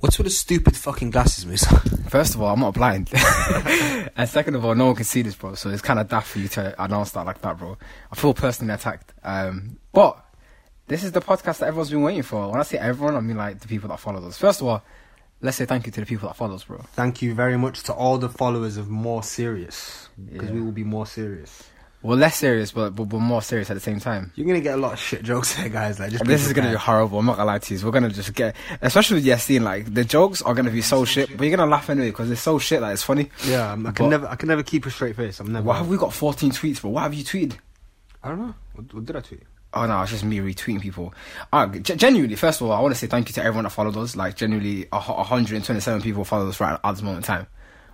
What's with the stupid fucking glasses, Musa? First of all, I'm not blind. and second of all, no one can see this, bro. So it's kind of daft for you to announce that like that, bro. I feel personally attacked. Um, but this is the podcast that everyone's been waiting for. When I say everyone, I mean like the people that follow us. First of all, let's say thank you to the people that follow us, bro. Thank you very much to all the followers of More Serious because we will be more serious. We're less serious, but, but we're more serious at the same time. You're gonna get a lot of shit jokes here, guys. Like, just And this be is gonna be prepared. horrible. I'm not gonna lie to you. We're gonna just get, especially with Yassine, like the jokes are gonna be so shit, but you're gonna laugh anyway because it's so shit. Like it's funny. Yeah, I'm- I can But- never, I can never keep a straight face. I'm never. Why have we got 14 tweets, bro? What have you tweeted? I don't know. What, what did I tweet? Oh no, it's just me retweeting people. Uh, g- genuinely, first of all, I want to say thank you to everyone that followed us. Like genuinely, a hu- 127 people followed us right at this moment in time.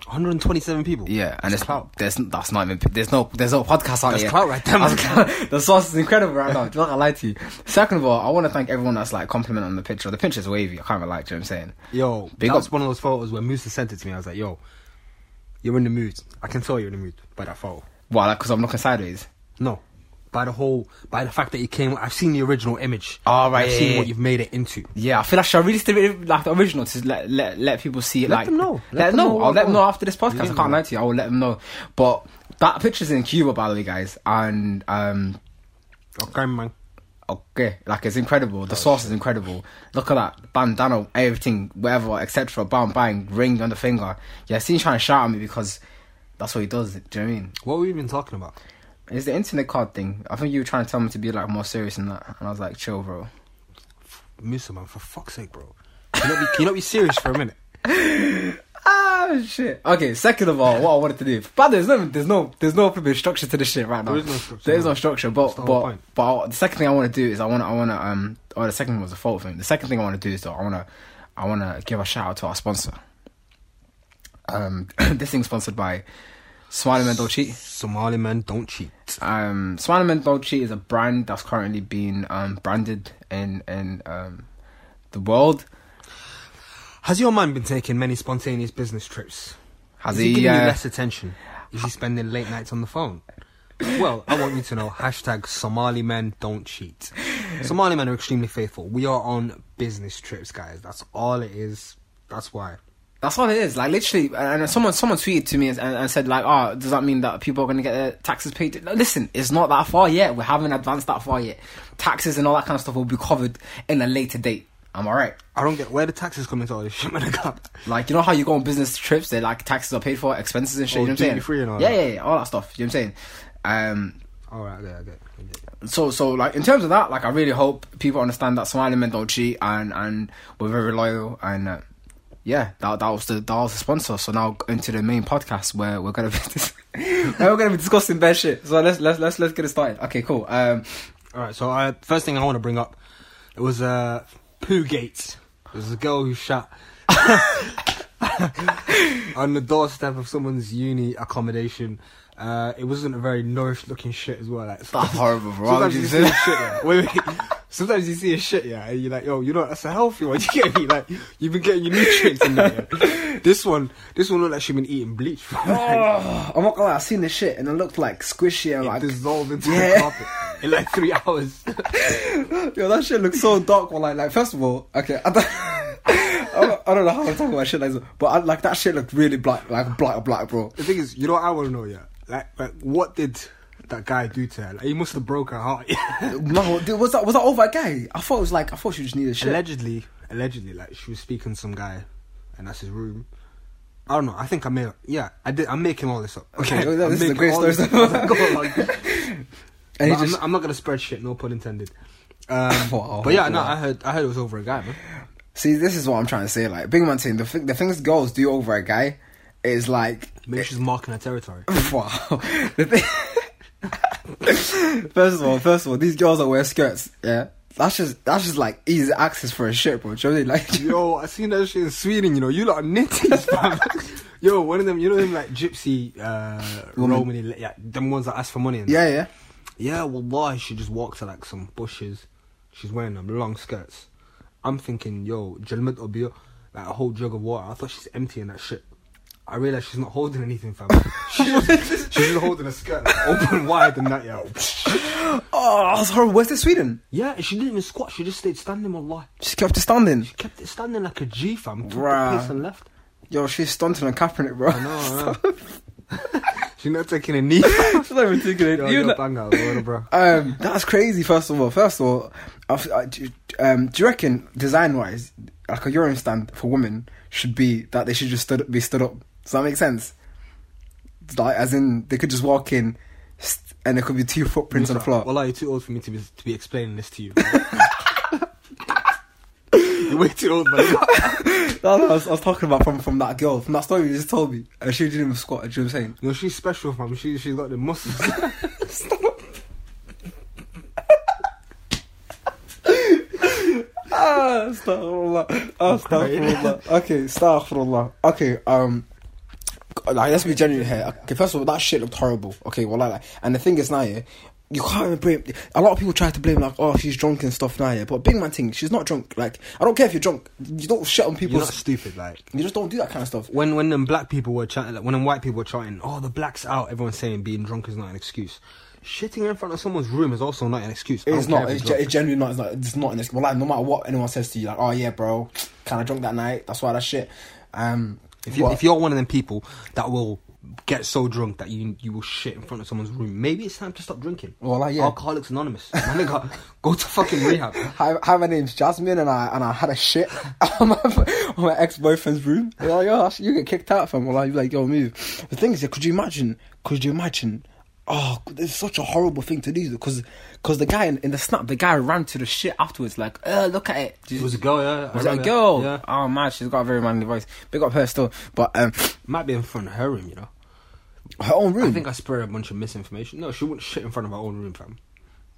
127 people. Yeah, and That's it's clout. There's that's not even there's no there's no podcast out That's here. clout right there, man. That's clout. the sauce is incredible right now. I'm not gonna lie to you. Second of all, I want to thank everyone that's like complimenting on the picture. The picture's wavy. I can't even like. Do you know what I'm saying? Yo, Big that's up. one of those photos where Musa sent it to me. I was like, yo, you're in the mood. I can tell you're in the mood by that photo. Why? Like, cause I'm looking sideways. No. By the whole, by the fact that you came, I've seen the original image. All right, I've yeah, seen yeah, what yeah. you've made it into. Yeah, I feel like should I really still read, like the original to let let, let people see it. Let like, them know. Let, them know. I'll let them know after this podcast. I Yeah, can't man. lie to you. I will let them know. But that picture's in Cuba, by the way, guys, and um, Okay, man. okay, like it's incredible. The sauce is incredible. Look at that bandana, everything, whatever, etc. Bam, bang, ring on the finger. Yeah, seen trying to shout at me because that's what he does. Do you know what I mean? What were we even talking about? It's the internet card thing. I think you were trying to tell me to be like more serious than that, and I was like, chill, bro. Musa, man, for fuck's sake, bro. Can you not be, can you not be serious for a minute? Ah shit. Okay, second of all, what I wanted to do, but there's no, there's no, there's no flipping structure to this shit right now. There is no structure, There is no. no structure, but That's the whole but point. but I- the second thing I want to do is I want to I want to um or the second one was the fault thing. The second thing I want to do is though I want to I want to give a shout out to our sponsor. Um, this thing's sponsored by Smiling Men Dolce. Somali men don't cheat. Um, Smiling Men Dolce is a brand that's currently being um branded in in um the world. Has your man been taking many spontaneous business trips? Has Is he he? giving you Uh, less attention? Is he spending late nights on the phone? Well, I want you to know hashtag Somali men don't cheat. Somali men are extremely faithful. We are on business trips, guys. That's all it is. That's why. That's all it is. Like literally, and and someone someone tweeted to me and, and said like, "Oh, does that mean that people are going to get their taxes paid?" No, Listen, it's not that far yet. We haven't advanced that far yet. Taxes and all that kind of stuff will be covered in a later date. I'm all right. I don't get where the taxes come into all this shit, man. I can't- Like you know how you go on business trips, they like taxes are paid for, expenses and shit. Oh, you know what I'm saying? duty-free and all yeah, that. yeah, yeah, all that stuff. You know what I'm saying? Um, All right, okay, okay. okay. so so like in terms of that, like I really hope people understand that smiling men don't cheat, and and we're very loyal, and uh, yeah, that that was the that was the sponsor. So now into the main podcast where we're gonna be dis- where we're gonna be discussing bad shit. So let's let's let's let's get it started. Okay, cool. Um, All right. So I, first thing I want to bring up, it was uh, Poo Gates. There was a girl who shot on the doorstep of someone's uni accommodation. Uh, it wasn't a very nourished looking shit as well. Like that's horrible, bro. Why would sometimes you you say see a that? shit. Yeah. Wait, wait. Sometimes you see a shit, yeah, and you're like, yo, you know, that's a healthy one. You get me? Like, you've been getting your nutrients in there. yeah. This one, this one looked like she'd been eating bleach. Like, Oh, I'm not gonna lie, I seen this shit and it looked like squishy and like dissolved into Yeah. the carpet in like three hours. Yo, that shit looks so dark. Well, like, like first of all, okay, I don't, I don't- I don't know how I'm talking about shit like this, but I, like that shit looked really black, like black, black, bro. The thing is, you know what I want to know, yeah? Like, like, what did that guy do to her? Like, he must have broke her heart. yeah. No, dude, was that was that over a guy? I thought it was like I thought she just needed shit. allegedly, allegedly, like, she was speaking to some guy, and that's his room. I don't know. I think I made. Yeah, I did. I'm making all this up. Okay, well, no, I'm this is a making great story, all this up. so- Go on, like- and he But I'm, just not, I'm not gonna spread shit. No pun intended. Um, Wow, but yeah, no, wow. I heard. I heard it was over a guy, man. see. This is what I'm trying to say. Like Big Man saying the thing, the things girls do over a guy is like Maybe she's marking her territory. wow. The thing- first of all, first of all, these girls that wear skirts, yeah, that's just that's just like easy access for a shit, bro. Do you know what I mean? Like. Yo, I seen that shit in Sweden. You know, you lot are nitties, fam. Yo, one of them. You know them like gypsy uh, Woman. Romany, yeah, them ones that ask for money. And Yeah, yeah. Yeah, well, why? She just walked to like some bushes. She's wearing them long skirts. I'm thinking, yo, Jelmet Obio, like a whole jug of water. I thought she's emptying that shit. I realised she's not holding anything, fam. she's, just, she's just holding a skirt like, open wide and that, yo. Oh, that was horrible. Where's the Sweden? Yeah, she didn't even squat. She just stayed standing. Wallahi, She kept it standing. she kept it standing like a G fam. Took the Bruh. piss and left. Yo, she's stunting on Kaepernick, bro. I know. I know. She's not taking a knee. yo, She's not even taking it. yo, Even that- bang out, order, bro. Um, that's crazy. First of all, first of all, I've- I, do- um, do you reckon design wise, like a urine stand for women should be that they should just stood, be stood up? Does that make sense? Like, as in they could just walk in, st- and there could be two footprints on the floor. Well, you're too old for me to be to be explaining this to you. you're way too old, man. No, no, I was, I was talking about from from that girl from that story you just told me, and she didn't even squat. Do you know what I'm saying? No, she's special, fam. She she's got the muscles. Ah, astaghfirullah. Astaghfirullah. Okay, astaghfirullah. Okay, um, like, let's be genuine here. Okay, first of all, that shit looked horrible. Okay, well, like, and the thing is now, yeah, you can't even blame. A lot of people try to blame, like, oh, she's drunk and stuff now, yeah, but big man thing, she's not drunk. Like, I don't care if you're drunk. You don't shit on You're people. not stupid, like. You just don't do that kind of stuff. when when them black people were chatting, like, when them white people were chatting, oh the blacks out. Everyone's saying being drunk is not an excuse. Shitting in front of someone's room is also not an excuse. I It's don't care not. if It's, you're ge- it's genuinely not. It's not. It's not in this. Well, like, no matter what anyone says to you, like, oh yeah, bro, kind of drunk that night. That's why that shit. Um, If you but- if you're one of them people that will get so drunk that you you will shit in front of someone's room, maybe it's time to stop drinking. Well, like, yeah. Alcoholics Anonymous. My nigga, go to fucking rehab. Hi, hi, my name's Jasmine, and I and I had a shit on my, on my ex boyfriend's room. They're like, yo, that's- you get kicked out from. Well, like, you like, yo, move. The thing is, yeah, could you imagine? Could you imagine? Oh, it's such a horrible thing to do because because the guy in, in the snap, the guy ran to the shit afterwards. Like, uh, look at it. It was a girl, yeah. I was that a remember. girl? Yeah. Oh man, she's got a very manly voice. Big up her still, but um, Might be in front of her room, you know. her own room. I think I spread a bunch of misinformation. No, she wouldn't shit in front of her own room, fam.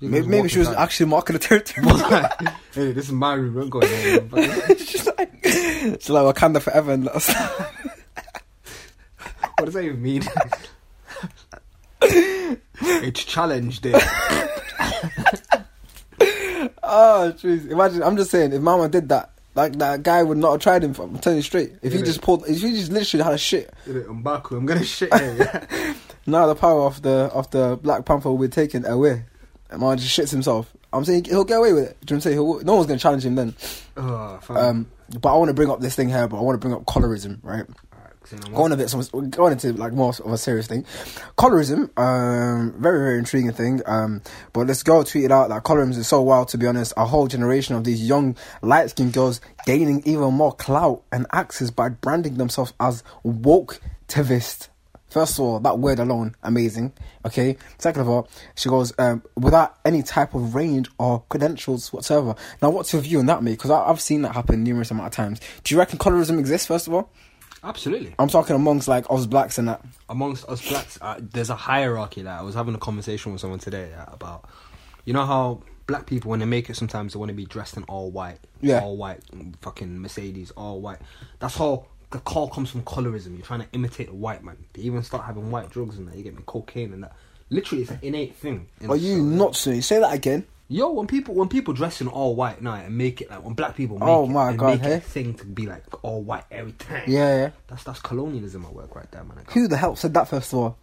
You maybe can maybe walk she was inside. actually marking the territory. hey, this is my room. Don't go there. What she's like, she's like Wakanda forever and let us. does that even mean? it's challenge day. Oh, jeez. Imagine, I'm just saying, if Mama did that, like that guy would not have tried him. I'm telling you straight. If he Yeah. just pulled, if he just literally had a shit. I'm back. I'm gonna shit here. Now the power of the of the Black Panther will be taken away. And Mama just shits himself. I'm saying he'll get away with it. Do you know what I'm saying? He'll, no one's gonna challenge him then. oh, fam. Um, but I want to bring up this thing here. But I want to bring up colorism, right? Alright, so now Going a bit, some, going into like more of a serious thing. Colorism, um, very very intriguing thing. Um, but this girl tweeted out that colorism is so wild. To be honest, a whole generation of these young light skinned girls gaining even more clout and access by branding themselves as woke activist. First of all, that word alone, amazing. Okay. Second of all, she goes um, without any type of range or credentials whatsoever. Now, what's your view on that, mate? Because I've seen that happen numerous amount of times. Do you reckon colorism exists? First of all. Absolutely. I'm talking amongst like us blacks and that. Amongst us blacks, uh, there's a hierarchy. Like I was having a conversation with someone today yeah, about, you know how black people when they make it sometimes they want to be dressed in all white, Yeah. all white, mm, fucking Mercedes, all white. That's how the call comes from colorism. You're trying to imitate a white man. They even start having white drugs and that. You get me cocaine and that. Literally, it's an innate thing. in Are you society. nuts? Sonny? Say that again. Yo, when people when people dress in all white now and make it like when black people make Oh it, my they God, make it hey? a thing to be like all white every time. Yeah, yeah. That's that's colonialism at work right there, man. I can't- Who the hell said that first of all?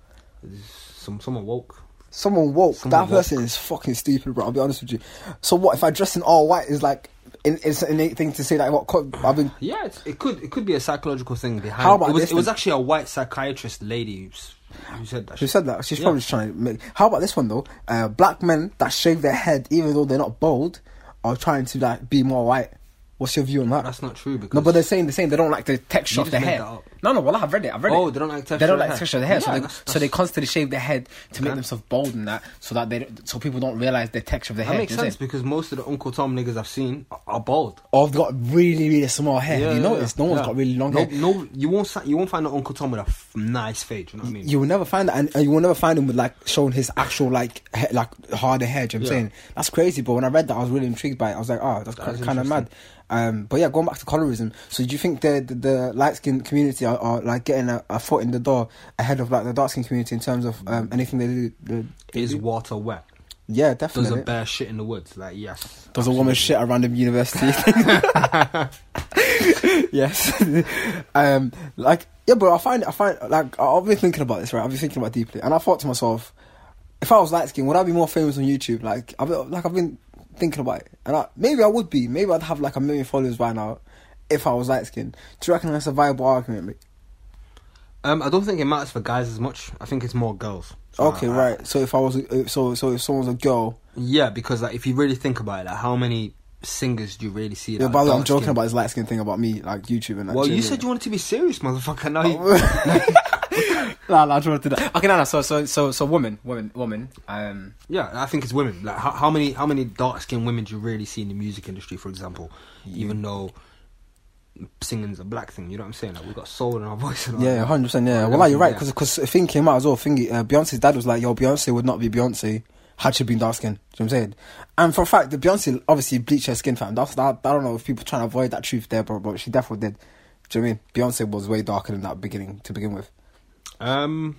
Some someone woke. Someone woke. Someone that person is fucking stupid, bro. I'll be honest with you. So what if I dress in all white is like in, it's an innate thing to say that what co- I've been Yeah, it's, it could it could be a psychological thing behind. How about it was, this it was then? actually a white psychiatrist lady who's, who said that. who shit. said that? She's Yeah. probably just trying to make. How about this one though? Uh, black men that shave their head even though they're not bald are trying to like be more white. What's your view on that? That's not true because no, but they're saying they're saying they don't like the texture You of just their made hair. that up. No, no, well I've read it. I've read Oh, it. they don't like They texture of don't like hair. texture of their hair, so, Yeah, they, that's- so they that's- constantly shave their head to make Okay. themselves bold and that, so that they don't- so people don't realize the texture of their that hair. makes you know what I'm sense because most of the Uncle Tom niggas I've seen are, are bald. or they've got really, really small hair. Yeah, Have you yeah, notice yeah. no one's Yeah. got really long no, hair. No, you won't sa- you won't find an Uncle Tom with a f- nice fade. You know what I mean? You will never find that, and, and you will never find him with like showing his actual like he, like harder hair. Do you know what I'm Yeah. saying that's crazy. But when I read that, I was really intrigued by it. I was like, oh, that's That is kind of mad. Um, but yeah, going back to colorism. So do you think the the, the light skinned community are, are like getting a, a foot in the door ahead of like the dark skinned community in terms of um, anything they do? They, they is do? water wet? yeah, Does definitely. a bear shit in the woods? Like yes. Does a woman shit at random university? yes. um, like yeah, but I find I find like I've been thinking about this right. I've been thinking about it deeply, and I thought to myself, if I was light skinned, would I be more famous on YouTube? Like, I've been, like I've been thinking about it, and I, maybe I would be. Maybe I'd have like a million followers by now if I was light skinned. Do you reckon that's a viable argument? mate? Um, I don't think it matters for guys as much. I think it's more girls. So, Okay, uh, right. So if I was, uh, so so if someone's a girl, Yeah, because like if you really think about it, like how many singers do you really see? That yeah, are by the way, I'm dark joking skinned? about this light skinned thing about me, like YouTube and that. Well, you generally. said you wanted to be serious, motherfucker. Now you, Nah, nah, I just wanted to do that. Okay, no, no. So, so, so, so, woman, woman, woman. Um, yeah, I think it's women. Like how, how many how many dark skinned women do you really see in the music industry, for example? Even though singing's a black thing, you know what I'm saying? Like we've got soul in our voice. And all Yeah, that. hundred percent. Yeah, Like, well, like, you're right yeah. because because thing came out as well. Thingy, uh, Beyonce's dad was like, "Yo, Beyonce would not be Beyonce had she been dark skinned Do you know what I'm saying? And for a fact, the Beyonce obviously bleached her skin, fam. That's that. I don't know if people trying to avoid that truth there, bro, but she definitely did. Do you know what I mean? Beyonce was way darker than that beginning to begin with. Um,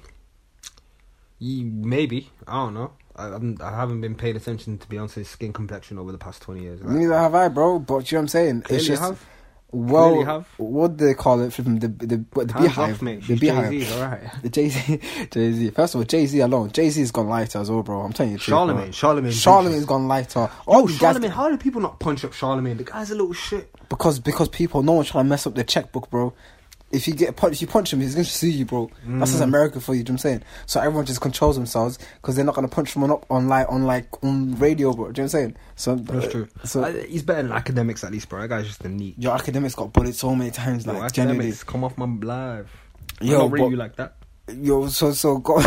ye- maybe I don't know. I, I'm- I haven't been paying attention to Beyonce's skin complexion over the past twenty years. Like, Neither have I, bro. But do you know what I'm saying? Clearly have. well, Clearly have. what do they call it? From the the what, the Hands off, beehive, mate. the She's beehive. Jay-Z, all right. The Jay Z, Jay Z. First of all, Jay Z alone, Jay Z's gone lighter as well, oh, bro. I'm telling you, the truth, bro. Charlemagne, Charlemagne, Charlemagne's gone lighter. Oh, Oh, you guys- Charlemagne! How do people not punch up Charlemagne? The guy's a little shit. because because people, no one's trying to mess up their checkbook, bro. If you get punch, if you punch him, he's going to sue you, bro. That's Mm. just America for you. Do you know what I'm saying? So everyone just controls themselves because they're not going to punch someone up on like on like on radio, bro. Do you know what I'm saying? So That's true. So Uh, he's better than academics at least, bro. That guy's just a neat. your academics got bullied so many times, Yo, like academics, genuinely. come off my life. Yo, Yo, i not really but- you like that. Yo, so so go.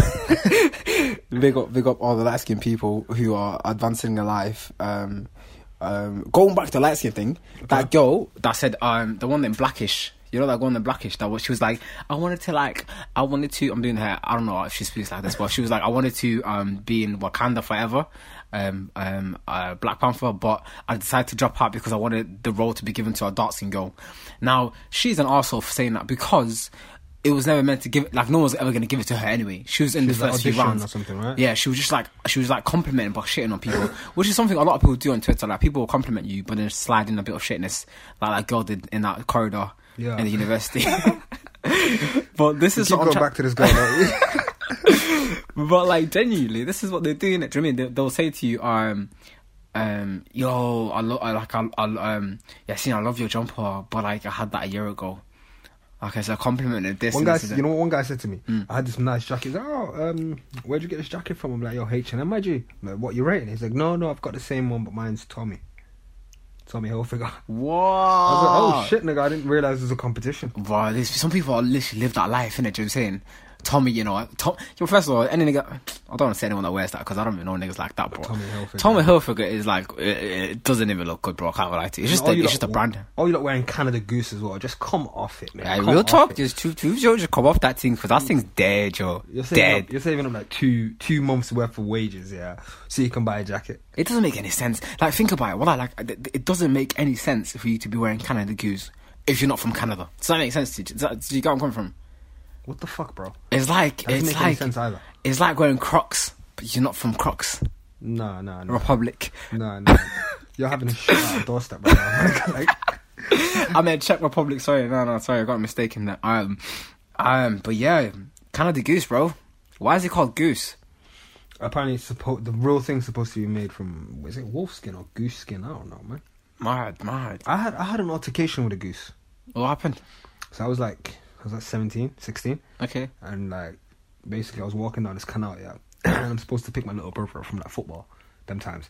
big up, big up all the light skinned people who are advancing their life. Um, um, going back to the light skin thing, that that girl that said, um, the one in blackish. You know that girl in blackish that was. She was like, I wanted to like, I wanted to. I'm doing her. I don't know if she speaks like this, but she was like, I wanted to um be in Wakanda forever, um um uh, Black Panther, but I decided to drop out because I wanted the role to be given to a dancing girl. Now she's an arsehole for saying that because. It was never meant to give. Like no one was ever going to give it to her anyway. She was in was the like first few auditioning rounds or something, right? yeah, she was just like she was like complimenting but shitting on people, which is something a lot of people do on Twitter. Like people will compliment you, but then slide in a bit of shitness, like that girl did in that corridor Yeah. in the university. but this is Keep what going I'm try- back to this guy. mate. but like genuinely, this is what they're doing. It. Do you know what I mean they, will say to you, um, um, yo, I lo- I like I, I um, yeah, see, I love your jumper, but like I had that a year ago. Okay, so I complimented this. One and guy, this is you know what one guy said to me? Hmm. I had this nice jacket. He's like, oh, um, where'd you get this jacket from? I'm like, yo, H and M, had you? I'm like, what you rating? He's like, no, no, I've got the same one, but mine's Tommy. Tommy Hilfiger. Whoa! I was like, oh shit, nigga, I didn't realize there's a competition. Bro, there's some people that literally live that life, innit? Do you know what I'm saying? Tommy, you know, Tom, yo, first of all, any nigga, I don't want to say anyone that wears that because I don't even know niggas like that, bro. Tommy Hilfiger. Tommy Hilfiger is like, it, it doesn't even look good, bro. I can't lie to you. It's just, All a, Oh, you it's lot- just a brand. All you lot wearing Canada Goose as well. Just come off it, man. Yeah, Come real off talk, it. just two, two, Joe, just come off that thing because that thing's dead, Joe. You're saving, dead. Up, you're saving up like two two months worth of wages, yeah, so you can buy a jacket. It doesn't make any sense. Like, think about it. Well, I like, it it doesn't make any sense for you to be wearing Canada Goose if you're not from Canada. Does that make sense to you? Does that, do you get where I'm coming from? What the fuck, bro? It's like, That doesn't it's make any like, sense either. it's like wearing Crocs, but you're not from Crocs. No, no, no, Republic. no, no. You're having a shit on doorstep right now. like, I meant Czech Republic. Sorry, no, no, sorry, I got mistaken there. Um, um, but yeah, Canada Goose, bro. Why is it called Goose? apparently, it's supposed the real thing's supposed to be made from was it wolf skin or goose skin? I don't know, man. Mad, mad. I had I had an altercation with a goose. What happened? So I was like, I was like 17, 16. Okay. and like basically I was walking down this canal, yeah, and I'm supposed to pick my little brother up from like football, them times.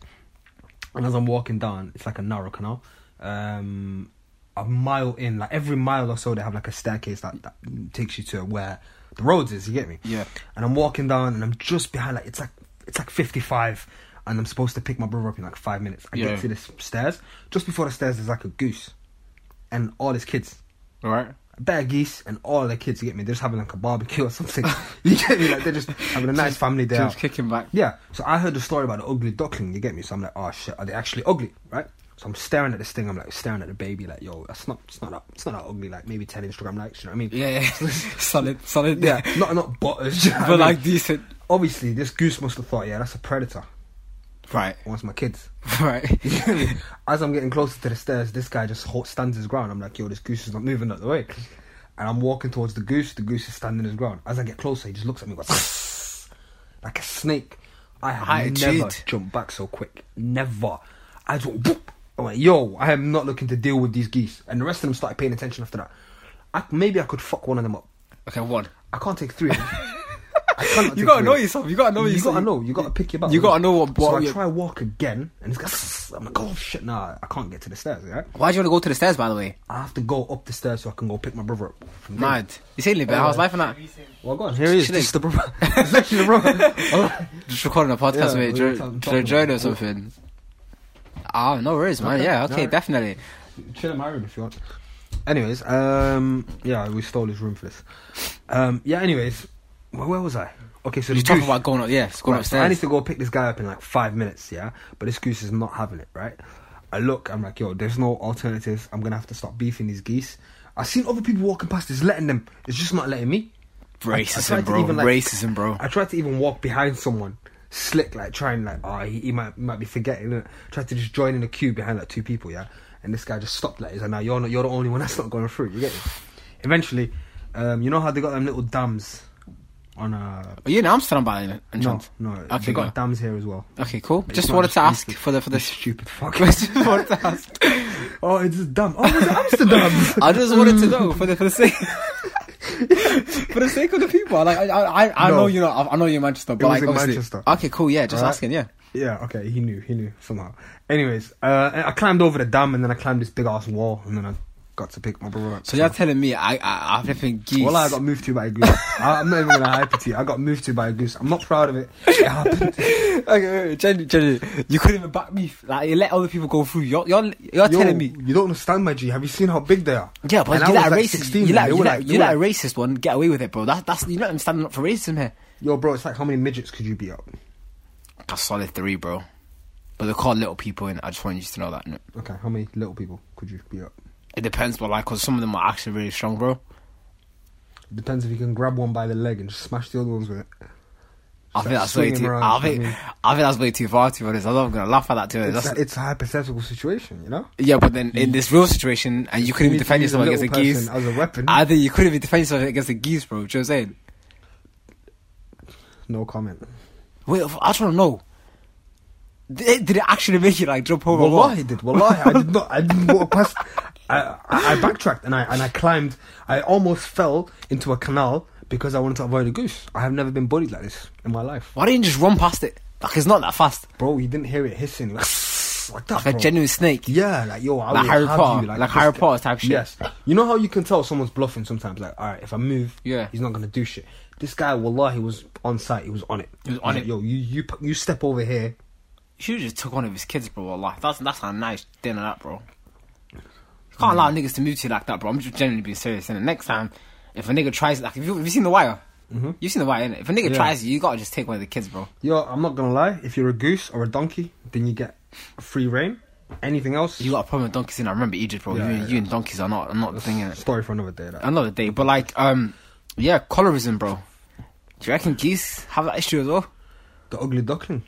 And as I'm walking down, it's like a narrow canal. Um, a mile in, like every mile or so, they have like a staircase that, that takes you to where the roads is. You get me? Yeah. And I'm walking down, and I'm just behind like it's like it's like 55, and I'm supposed to pick my brother up in like five minutes. I Yeah. get to the s- stairs. Just before the stairs, there's like a goose, and all his kids All right. a bag of geese and all the kids you get me. They're just having like a barbecue or something. you get me? Like they're just having a nice family day. Just out. kicking back. Yeah. So I heard the story about the ugly duckling. You get me? So I'm like, oh shit, are they actually ugly? Right. So I'm staring at this thing. I'm like staring at the baby. Like, yo, that's not, it's not that, it's not that ugly. Like maybe ten Instagram likes. You know what I mean? Yeah, yeah. solid, solid. Yeah. Not not butters. you know what I but mean? like decent. obviously this goose must have thought, yeah, that's a predator. Right. Wants my kids. Right. You get me? As I'm getting closer to the stairs, this guy just ho- stands his ground. I'm like, yo, this goose is not moving out the way. And I'm walking towards the goose. The goose is standing his ground. As I get closer, he just looks at me and goes, like a snake. I have Attitude. never jumped back so quick. Never. I just went, whoop. I went, yo, I am not looking to deal with these geese. And the rest of them started paying attention after that. I, maybe I could fuck one of them up. Okay, one. I can't take three. of them. I cannot You take gotta three. know yourself, you gotta know You yourself. gotta know. You gotta pick your up. You gotta know what- So what I you- try walk again, and it's like, I'm like, oh shit, nah, I can't get to the stairs. Yeah, Why do you want to go to the stairs, by the way? I have to go up the stairs so I can go pick my brother up. From there. Mad. You seen it, but how's life and that? Well, go on. Here he is. Chilling. This is the brother. This is actually the brother. Just recording a podcast Yeah, with we Joe- were talking- Joe talking Joe about or it. something. Ah, no worries, man. Okay, Yeah, okay, alright. definitely. Chill in my room if you want. Anyways, um, yeah, we stole his room for this. Um, yeah. Anyways, where, where was I? Okay, so You're the talking goose- about going up, yeah, it's going Right, so I upstairs. need to go pick this guy up in like five minutes, yeah? But this goose is not having it, right? I look, I'm like, yo, there's no alternatives. I'm gonna have to stop beefing these geese. I've seen other people walking past, it's letting them, it's just not letting me. I- I tried Racism, to bro. even, like- Racism, bro. I tried to even walk behind someone, slick, like trying, like, oh, he, he might might be forgetting. Look. Tried to just join in a queue behind like two people, yeah. And this guy just stopped, like, he's like, no, you're not, you're the only one that's not going through. You get it? Eventually, um, you know how they got them little dams on uh, Are you in Amsterdam by any any no, chance? no, Okay, they got go. dams here as well. Okay, cool. It's Just not wanted to ask stupid. for the for This this. stupid fuck. just wanted to ask. oh, it's just dumb. Oh, it's Amsterdam. I just wanted to know for the for the sake for the sake of the people. Like I I I- I No. know you know I I know you're in Manchester, but was like in obviously. Manchester. Okay, cool. Yeah, just Alright. asking. Yeah. yeah, okay, he knew, he knew somehow. Anyways, uh, I climbed over the dam and then I climbed this big ass wall and then I got to pick my brother up. So you're telling me I I I've nothing geese. Well, I got moved to by a goose. I, I'm not even gonna hype it to you. I got moved to by a goose. I'm not proud of it. It happened. okay, wait, genuinely, genuinely, you couldn't even back me. f- Like you let other people go through. You're you're Yo, you're telling me. you don't understand, my G. Have you seen how big they are? Yeah, but And I you was let a like racist, 16, you and let they you were let, like- you they were let a like- racist one get away with it, bro. That's that's you're not even standing up for racism here. Yo, bro, it's like how many midgets could you beat up? A solid three, bro. But they're called little people, and I just want you to know that. innit? Okay, how many little people could you beat up? It depends, but like, cause some of them are actually really strong, bro. Depends if you can grab one by the leg and just smash the other ones with it. I Just think like that's way swinging too. around, I you know think what I mean? I think that's way too far. To be honest, I'm not gonna laugh at that. To be honest, It's That's- a, it's a hypothetical situation, you know. yeah, but then in this real situation, and you couldn't even need to defend use a yourself against the little geese. person as a weapon. I think you couldn't even defend yourself against the geese, bro. Do you know what I'm saying? No comment. Wait, I just want to know. Did, did it actually make you like jump over? a wall? Wallahi did. Wallahi, I did not. I didn't walk past. I, I, I backtracked and I and I climbed. I almost fell into a canal because I wanted to avoid a goose. I have never been bullied like this in my life, Why didn't you just run past it? Like it's not that fast. bro. You didn't hear it hissing like, like that, Like a bro. genuine snake. Yeah, like yo, I Like will Harry have Potter, you, like Harry this- Potter type shit. Yes, you know how you can tell someone's bluffing sometimes. Like, all right, if I move, Yeah. he's not gonna do shit. This guy, wallahi, was on site. He was on it. He was on it. Yo, you you p- you step over here. You should have just took one of his kids, bro. Wallahi, that's that's a nice dinner, that bro. You Mm. can't allow niggas to move to you like that, bro. I'm just genuinely being serious. And the next time, if a nigga tries, like, if you have you seen the wire? Mm-hmm. You've seen the wire, innit? If a nigga Yeah. tries you, you gotta just take one of the kids, bro. Yo, I'm not gonna lie. If you're a goose or a donkey, then you get free reign. Anything else? You got a problem with donkeys, and I remember Egypt, bro. Yeah, you, yeah, you and donkeys are not are not the thing, innit? Story for another day. That. Another day, but like, um, yeah, colorism, bro. Do you reckon geese have that issue as well? The ugly duckling.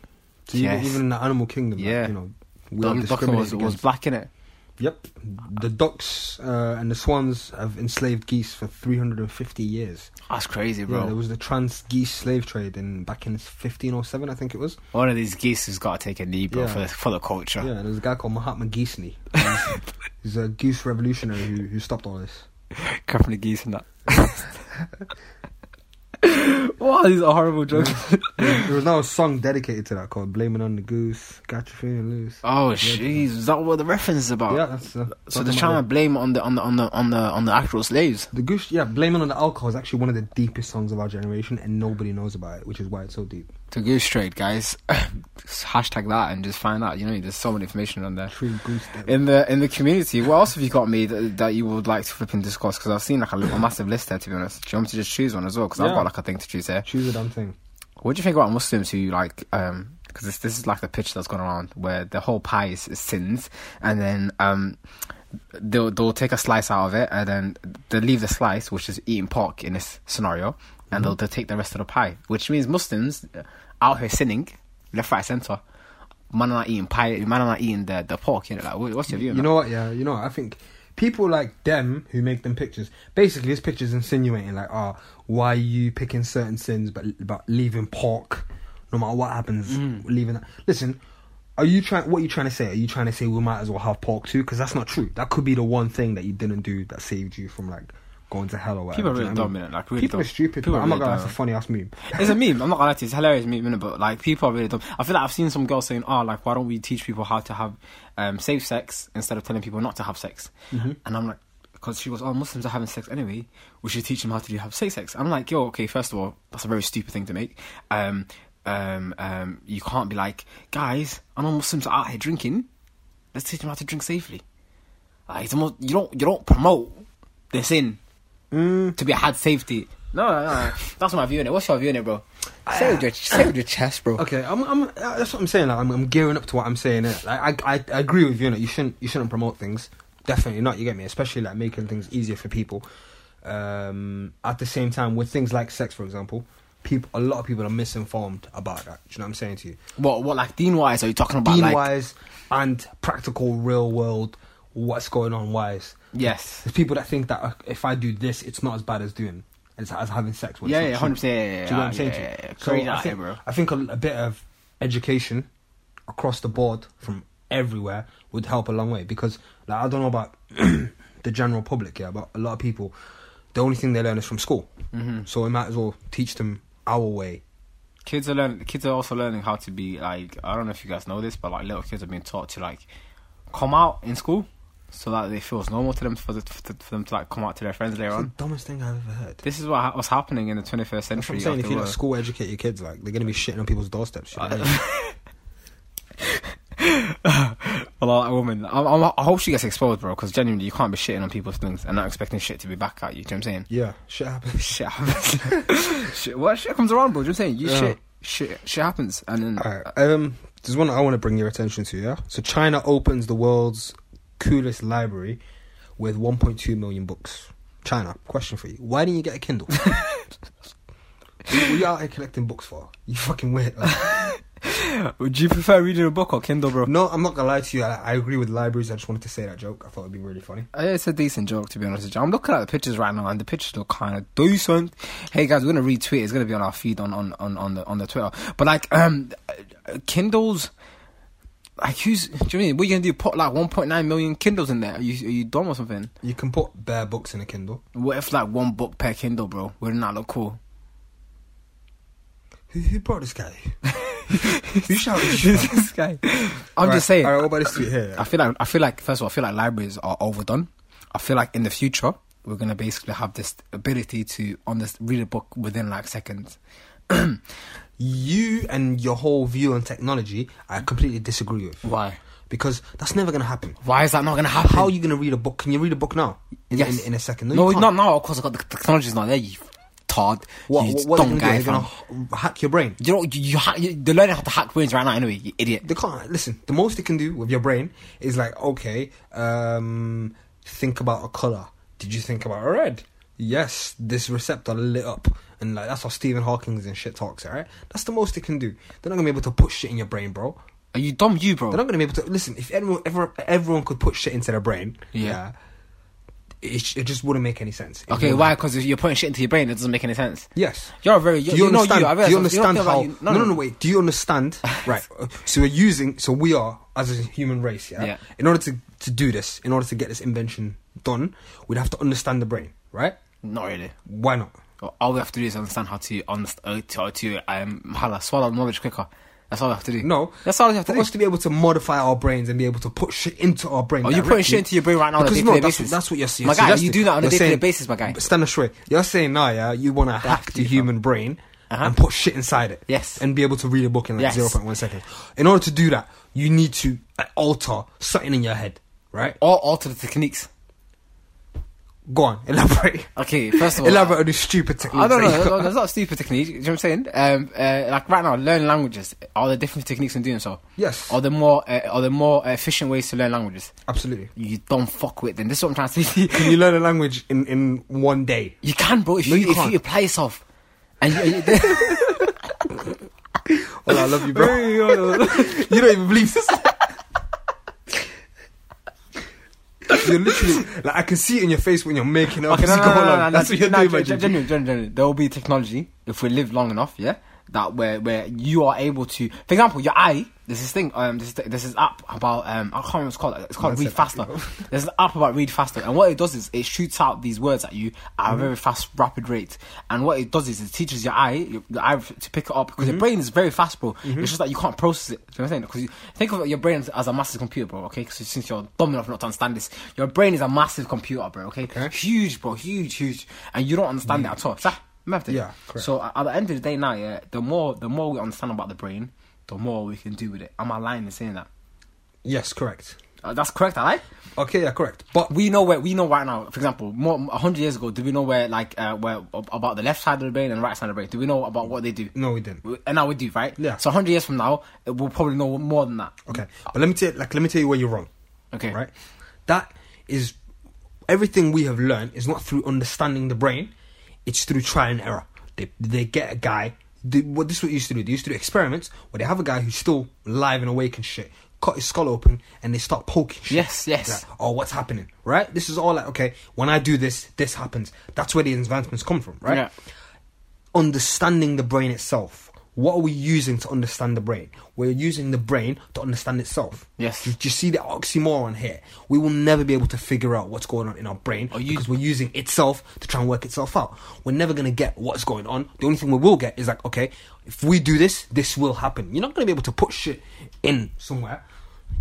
So you- Yes. even in the animal kingdom, like, Yeah. you know, we The are only duckling was, discriminated was against. black, innit? Yep. The ducks uh, and the swans have enslaved geese for 350 years. That's crazy, Yeah, bro. there was the trans geese slave trade in back in 1507, I think it was. One of these geese has got to take a knee, bro, Yeah. for the for the culture. Yeah, there was a guy called Mahatma Geesney. He's a goose revolutionary who, who stopped all this. Covering the geese and that. wow, these are horrible jokes. there was now a song dedicated to that called "Blaming on the Goose." Got you feeling loose. Oh jeez, is that what the reference is about? Yeah, that's uh, So talking they're about trying to the- blame on the on the on the on the on the actual slaves. The Goose, yeah, Blaming on the Alcohol is actually one of the deepest songs of our generation, and nobody knows about it, which is why it's so deep. To goose trade, guys. Hashtag that and just find out. You know, there's so much information on there. True Goose Day. In the in the community, what else have you got me that, that you would like to flip and discuss? Because I've seen like a, little- a massive list there. To be honest, do you want me to just choose one as well? Because I've Yeah. got like a thing to choose here. Choose a damn thing. What do you think about Muslims who like? um 'cause this this is like the picture that's gone around where the whole pie is, is sins, and then um, they'll they'll take a slice out of it, and then they leave the slice, which is eating pork in this scenario, and they'll, they'll take the rest of the pie, which means Muslims uh, out here sinning, left, right, center. Man are not eating pie. Man are not eating the, the pork. You know, like, what- what's your view? on You that? know what? Yeah, you know what? I think people like them who make them pictures. "Oh, Basically, this picture's insinuating like, ah, why are you picking certain sins but but leaving pork? no matter what happens. Mm. Leaving that. Listen, are you trying? What are you trying to say? Are you trying to say we might as well have pork too? Because that's not true. That could be the one thing that you didn't do that saved you from like going to hell or whatever. People are do you really know what I dumb, mean? innit? Like, really people are dumb. stupid. People but are I'm not really gonna. lie, dumb. That's a funny ass meme. It's a meme. I'm not gonna lie to you. It's a hilarious meme, innit? But like, people are really dumb. I feel like I've seen some girls saying, "Oh, like, why don't we teach people how to have um, safe sex instead of telling people not to have sex?" And I'm like, because she goes, "Oh, Muslims are having sex anyway. We should teach them how to do have safe sex." I'm like, "Yo, okay. First of all, that's a very stupid thing to make. Um, um, um, you can't be like, guys, I know Muslims are out here drinking. Let's teach them how to drink safely. Like, it's almost, you don't you don't promote the sin to be had safety." No, no, no, that's my view on it. What's your view on it, bro? Say it with your, say it with your chest, bro. Okay, I'm, I'm, uh, that's what I'm saying. Like, I'm, I'm gearing up to what I'm saying. innit? Like, I, I, I agree with you. Innit? You shouldn't, you shouldn't promote things. Definitely not. You get me? Especially like making things easier for people. Um, at the same time, with things like sex, for example, people, a lot of people are misinformed about that. Do you know what I'm saying to you? What, what, like dean wise? Are you talking about Being like? wise and practical, real world, what's going on wise. Yes. There's people that think that uh, if I do this, it's not as bad as doing, as, as having sex. when it's Yeah, not yeah, true. hundred percent. Yeah, yeah, Do you know what I'm yeah, saying? yeah, to you? yeah, yeah. So Crazy I out here, think, bro. I think a, a bit of education across the board from everywhere would help a long way because like I don't know about the general public, yeah, but a lot of people, the only thing they learn is from school. Mm-hmm. So we might as well teach them our way. Kids are learning. Kids are also learning how to be like. I don't know if you guys know this, but like little kids are being taught to like come out in school, so that it feels normal to them for, the, for, the- for them to like come out to their friends later It's the on. dumbest thing I've ever heard. This is what ha- was happening in the 21st That's what century. I'm saying. after If you war. let school educate your kids, like they're gonna be shitting on people's doorsteps. you know what I mean? well, that woman. I, I, I hope she gets exposed, bro. Because genuinely, you can't be shitting on people's things and not expecting shit to be back at you. Do you know what I'm saying? yeah, shit happens. Shit happens. shit, what shit comes around, bro? Do you know what I'm saying? You Yeah. shit, shit, shit happens, and then Alright, um, there's one I want to bring your attention to, yeah? So, China opens the world's coolest library with 1.2 million books. China, question for you. Why didn't you get a Kindle? what you out here collecting books for? You fucking weird. Would you prefer reading a book or Kindle, bro? no, I'm not gonna lie to you. I, I agree with libraries. I just wanted to say that joke. I thought it'd be really funny. Uh, It's a decent joke, to be honest with you. I'm looking at the pictures right now, and the pictures look kind of decent. Hey guys, we're gonna retweet. it. It's gonna be on our feed on on on, on the on the Twitter. But like, um, uh, Kindles. Like who's? Do you know what I mean what are you gonna do? Put like 1.9 million Kindles in there? Are you are you dumb or something? You can put bare books in a Kindle. What if like one book per Kindle, bro? Wouldn't that look cool? Who, who brought this guy? who shouted this? this guy. I'm just saying. Alright, what about this tweet here? I feel like I feel like first of all, I feel like libraries are overdone. I feel like in the future we're gonna basically have this ability to on this read a book within like seconds. you and your whole view on technology, I completely disagree with. Why? Because that's never going to happen. Why is that not gonna happen? How are you going to read a book? Can you read a book now? In, Yes. in, in a second? no, you it's can't. not now. Of course, I got the technology's not there. You Todd, What, you what, what are dumb they going guy. to do? They're fam. going to hack your brain. You know, you, you, ha- you they're learning how to hack brains right now. Anyway, you idiot. They can't. Listen, the most they can do with your brain is like, okay, um, think about a color. Did you think about a red? Yes, this receptor lit up. And like that's how Stephen Hawking's and shit talks, alright? That's the most they can do. They're not gonna be able to put shit in your brain, bro. Are you dumb, you bro? They're not going to be able to listen. If everyone, ever, everyone could put shit into their brain, Yeah. it, it just wouldn't make any sense. It Okay, wouldn't. why? Because you're putting shit into your brain. It doesn't make any sense. Yes. You're a very. Do You're, you, know understand? You, I do realize you something. understand don't how? think about no, no, no, wait. Do you understand? right. uh, So we're using. So we are as a human race. Yeah? Yeah. In order to to do this, in order to get this invention done, we'd have to understand the brain, right? Not really. Why not? All we have to do is understand how to understand uh, to, to um how to swallow knowledge quicker. That's all we have to do. No. that's all we have to For do. us to be able to modify our brains and be able to put shit into our brain. Oh, you're putting directly- shit into your brain right now on a Because day-to-day no, that's, basis. that's what you're saying. My guy, you do that on a day-to-day basis, my guy. Stand astray. You're saying now, yeah, you want to hack the you, human brain Uh-huh. and put shit inside it. Yes. And be able to read a book in like Yes. 0.1 seconds. In order to do that, you need to uh, alter something in your head, right? Or alter the techniques. Go on, elaborate. Okay, first of all, elaborate on the stupid techniques. Oh, I don't that you know. got. That's not stupid technique. Do you know what I'm saying? Um, uh, like right now, learn languages. Are the different techniques in doing so? Yes. Are the more uh, are the more efficient ways to learn languages? Absolutely. You don't fuck with them. This is what I'm trying to say. Can you learn a language in, in one day? you can, bro. If No, you, you if can't. you apply yourself, and you, and you- Well, Oh, I love you, bro. you don't even believe this. you're literally like I can see it in your face when you're making it up. Okay, as no, you no, go no, no, along. no, That's no, what you're no, doing, gen- my gen- G. genuine, genuine, genuine. There will be technology if we live long enough, yeah, that where where you are able to, for example, your eye. There's this thing. Um, this this is app about um, I can't remember what it's called. It's called Man Read said that, Faster. There's an app about Read Faster, and what it does is it shoots out these words at you at Mm-hmm. a very fast, rapid rate. And what it does is it teaches your eye, your, your eye to pick it up because Mm-hmm. your brain is very fast, bro. It's just that you can't process it. Do you know what I'm saying? Because you think of your brain as- as a massive computer, bro. Okay, 'Cause since you're dumb enough not to understand this, your brain is a massive computer, bro. Okay, huge, bro, huge, huge, and you don't understand it at all. Is that- remember that? Mm. Yeah, correct. So at at the end of the day, now, yeah, the more the more we understand about the brain, the more we can do with it. Am I lying in saying that? Yes, correct. Uh, that's correct, I lie. Okay, yeah, correct. But We know where we know right now. For example, more hundred years ago, do we know where like uh, where ab- about the left side of the brain and right side of the brain? Do we know about what they do? no, we didn't. We- And now we do, right? Yeah. So hundred years from now, uh, we'll probably know more than that. Okay, but let me tell like let me tell you where you're wrong. Okay. right? That is everything we have learned is not through understanding the brain; it's through trial and error. They they get a guy. They, what this is what they used to do? They used to do experiments where they have a guy who's still live and awake and shit, cut his skull open, and they start poking. Shit. Yes, yes. Like, oh, what's happening? Right? This is all like okay. When I do this, this happens. That's where the advancements come from, right? Yeah. understanding the brain itself. What are we using to understand the brain? We're using the brain to understand itself. Yes. Do, do you see the oxymoron here? We will never be able to figure out what's going on in our brain you- because we're using itself to try and work itself out. We're never going to get what's going on. The only thing we will get is like, okay, if we do this, this will happen. You're not going to be able to put shit in somewhere.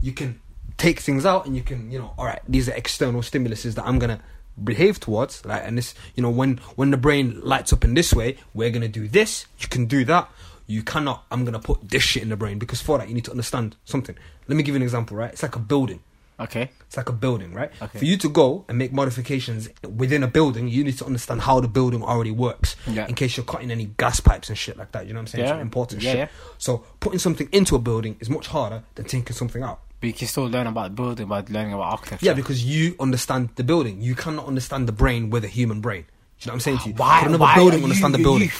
You can take things out and you can, you know, all right, these are external stimuluses that I'm going to behave towards like and this you know when when the brain lights up in this way we're gonna do this you can do that you cannot i'm gonna put this shit in the brain because for that you need to understand something let me give you an example right it's like a building Okay. it's like a building, right? Okay. For you to go and make modifications within a building, you need to understand how the building already works. Yeah. In case you're cutting any gas pipes and shit like that, you know what I'm saying? Yeah. It's important Yeah, shit. yeah. So putting something into a building is much harder than taking something out. But you can still learn about building by learning about architecture. Yeah, because you understand the building. You cannot understand the brain with a human brain. Do you know what I'm saying to you? Why- Could another why building are understand you- the building? you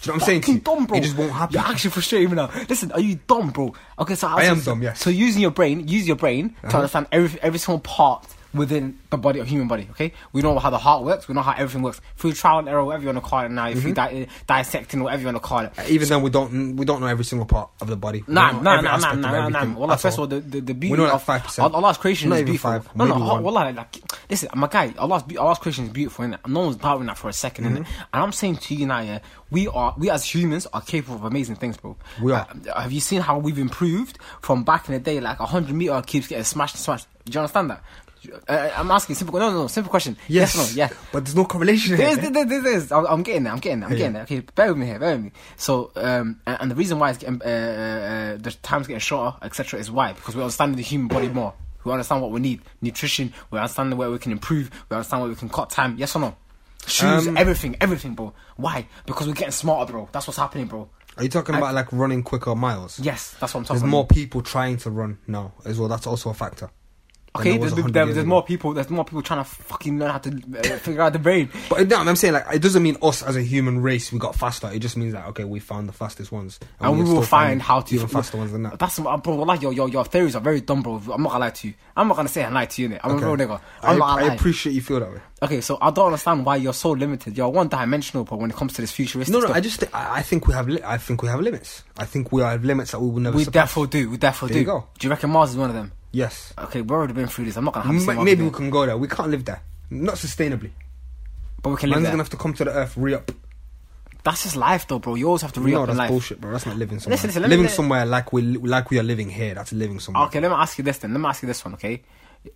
Do you know what I'm saying to you? Fucking dumb, bro. It just won't happen. You're actually frustrating me now. Listen, are you dumb, bro? Okay, so I am so, dumb, yes. Uh-huh. So using your brain, use your brain to understand every every single part within the body, of human body. Okay, we know how the heart works. We know how everything works through trial and error, whatever you want to call it. Now, if you Mm-hmm. di- dissecting, whatever you want to call it. Even then, we don't we don't know every single part of the body. We Nah, don't know nah, every nah, nah, aspect of nah, nah, everything nah. Wallah, at first of all. all, the, the, the beauty we know of like five percent. Allah's creation Not is even beautiful. five, no, no, maybe one. Allah, like, listen, my guy, Allah's, be- Allah's creation is beautiful, innit? No one's doubting that for a 2nd innit? And Mm-hmm. I'm saying to you now, yeah, we are, we as humans are capable of amazing things, bro. We are. Uh, have you seen how we've improved from back in the day? Like, a 100 meter keeps getting smashed and smashed. Do you understand that? Uh, I'm asking simple, no, no, no, simple question. Yes, yes no, yeah. But there's no correlation. There here. is, there is, there is. I'm I'm getting there. I'm getting there. I'm getting there. Okay, bear with me here. Bear with me. So, um, and, and the reason why it's getting, uh, uh, uh, the time's getting shorter, etc., is why because we understand the human body more. We understand what we need, nutrition. We understand where we can improve. We understand where we can cut time. Yes or no? Shoes, Um, everything, everything, bro. Why? Because we're getting smarter, bro. That's what's happening, bro. Are you talking about like running quicker miles? Yes, that's what I'm talking There's about. more people trying to run now as well. That's also a factor. than Okay, there was there's, 100 there- years there's ago. more people. There's more people trying to fucking learn how to uh, figure out the brain. But no, I'm saying like it doesn't mean us as a human race we got faster. It just means like okay, we found the fastest ones, and we we're will Oh, still find finding how to even faster ones than that. That's uh, bro, like your your your theories are very dumb, bro. I'm not gonna lie to you. I'm not gonna say I lie to you. Innit? I'm Okay. a real nigga. I, I'm not I gonna lie. appreciate you feel that way. okay, so I don't understand why you're so limited. You're one dimensional, bro. When it comes to this futuristic No, no, stuff, I just thi- I, I think we have li- I think we have limits. I think we have limits that we will never. we surpass. therefore do. We therefore There do. you go. Do you reckon Mars is one of them? yes, Okay, we've already been through this. I'm not gonna have M- to say maybe we we can, can go there. We can't live there, not sustainably. but we can live Man's there. gonna have to come to the earth, re up. That's just life, though, bro. You always have to re No, up in that's life. bullshit, bro. That's not living somewhere. Listen, listen, let me- living somewhere like we like we are living here. That's living somewhere. Okay, let me ask you this then. Let me ask you this one, okay?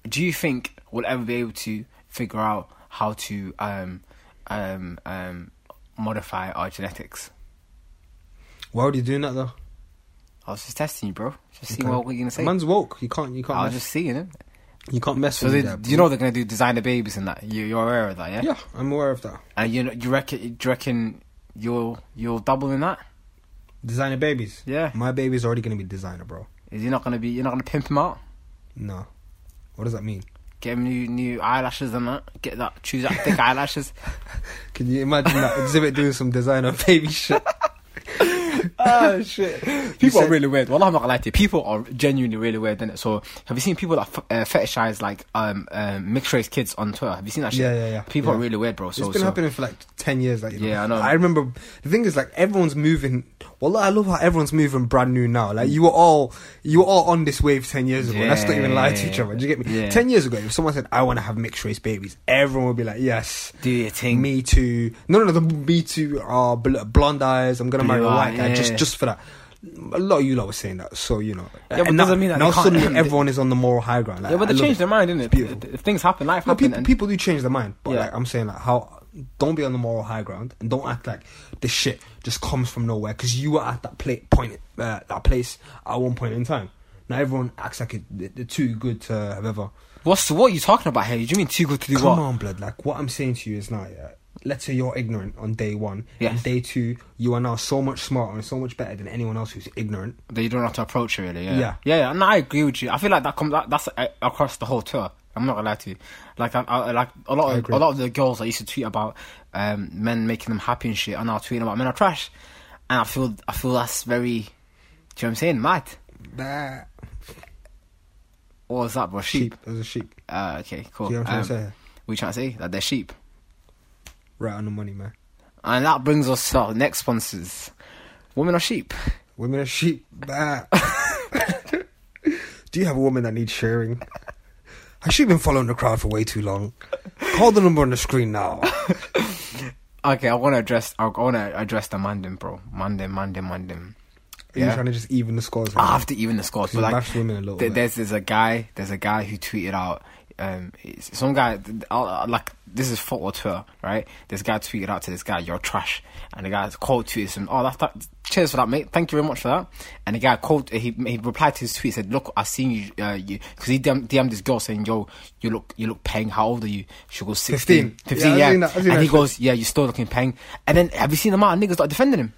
Do you think we'll ever be able to figure out how to um um um modify our genetics? Why are you doing that though? I was just testing you, bro. Just seeing Okay. what we're gonna say. Man's woke. You can't. You can't. I was Mess, just seeing it. you can't mess So with they, me there, you bro. know they're gonna do designer babies and that. You, you're aware of that, yeah? Yeah, I'm aware of that. And you know, you reckon do you reckon you'll you'll double in that? Designer babies. Yeah. My baby's already gonna be designer, bro. Is you not gonna be you're not gonna pimp him out? No. What does that mean? Get him new new eyelashes and that. Get that choose that thick eyelashes. Can you imagine that exhibit doing some designer baby shit? oh shit! People People are are really weird. Well, I'm not gonna lie to you. People are genuinely really weird, innit? So, have you seen people that f- uh, fetishize like um, um, mixed race kids on Twitter? Have you seen that shit? Yeah, yeah, yeah. People Yeah. are really weird, bro. So, it's been so- happening for like 10 years like you Yeah, I know. i remember the thing is like everyone's moving well i love how everyone's moving brand new now like you were all you were all on this wave 10 years ago let's not even lie to each other do you get me Yeah. 10 years ago if someone said i want to have mixed race babies everyone would be like yes do your thing. me too no no no the me too uh, bl- blonde eyes i'm gonna marry a Blue white eye, guy just yeah. just for that a lot of you lot were saying that so you know Yeah, but And doesn't mean that now they can't- suddenly everyone is on the moral high ground like, Yeah, but I they love it. changed their mind, didn't it? Beautiful. Th- th- Things happen, life No, happen. people, and- people do change their mind, but Yeah. like I'm saying, like how don't be on the moral high ground and don't act like this shit just comes from nowhere because you were at that pla point, uh, that place at one point in time. Now everyone acts like it, they- they're too good to have ever. What's what are you talking about here? Do you mean too good to do Come what? on, blood! Like what I'm saying to you is now, yeah. Let's say you're ignorant on day one. Yes. And day two, you are now so much smarter and so much better than anyone else who's ignorant. That you don't have to approach it really. Yeah, Yeah. yeah, yeah. And I agree with you. I feel like that comes that, that's uh, across the whole tour. I'm not gonna lie to you. Like I, I like a lot I of agree. a lot of the girls that used to tweet about um, men making them happy and shit are now tweeting about men are trash, and I feel I feel that's very. Do you know what I'm saying? Mad. Bah. What was that, bro? Sheep. Sheep. There's a sheep. Uh, okay, cool. Do you know what I'm um, trying to say? We trying to say that they're sheep. Right on the money, man. And that brings us to our next sponsors. Women are sheep. Women are sheep. Bah. Do you have a woman that needs sharing? Has she been following the crowd for way too long? Call the number on the screen now. Okay, I want to address. I want to address the Mandem, bro. Mandem, Mandem, Mandem. Are you Yeah. Ah. trying to just even the scores? I have to even the scores, Because you but like, bashed women a little th- bit. there's there's a guy there's a guy who tweeted out um it's- some guy th- uh, like this is football Twitter right this guy tweeted out to this guy you're trash and the guy called tweeted him oh that's that cheers for that mate thank you very much for that and the guy called he he replied to his tweet said look I've seen you uh, you because he DM, DM'd this girl saying yo you look you look peng how old are you she goes 16 15. 15 Yeah, I've yeah, seen that- I've seen and that he shit. goes yeah you still looking peng and then have you seen the amount of niggas that are defending him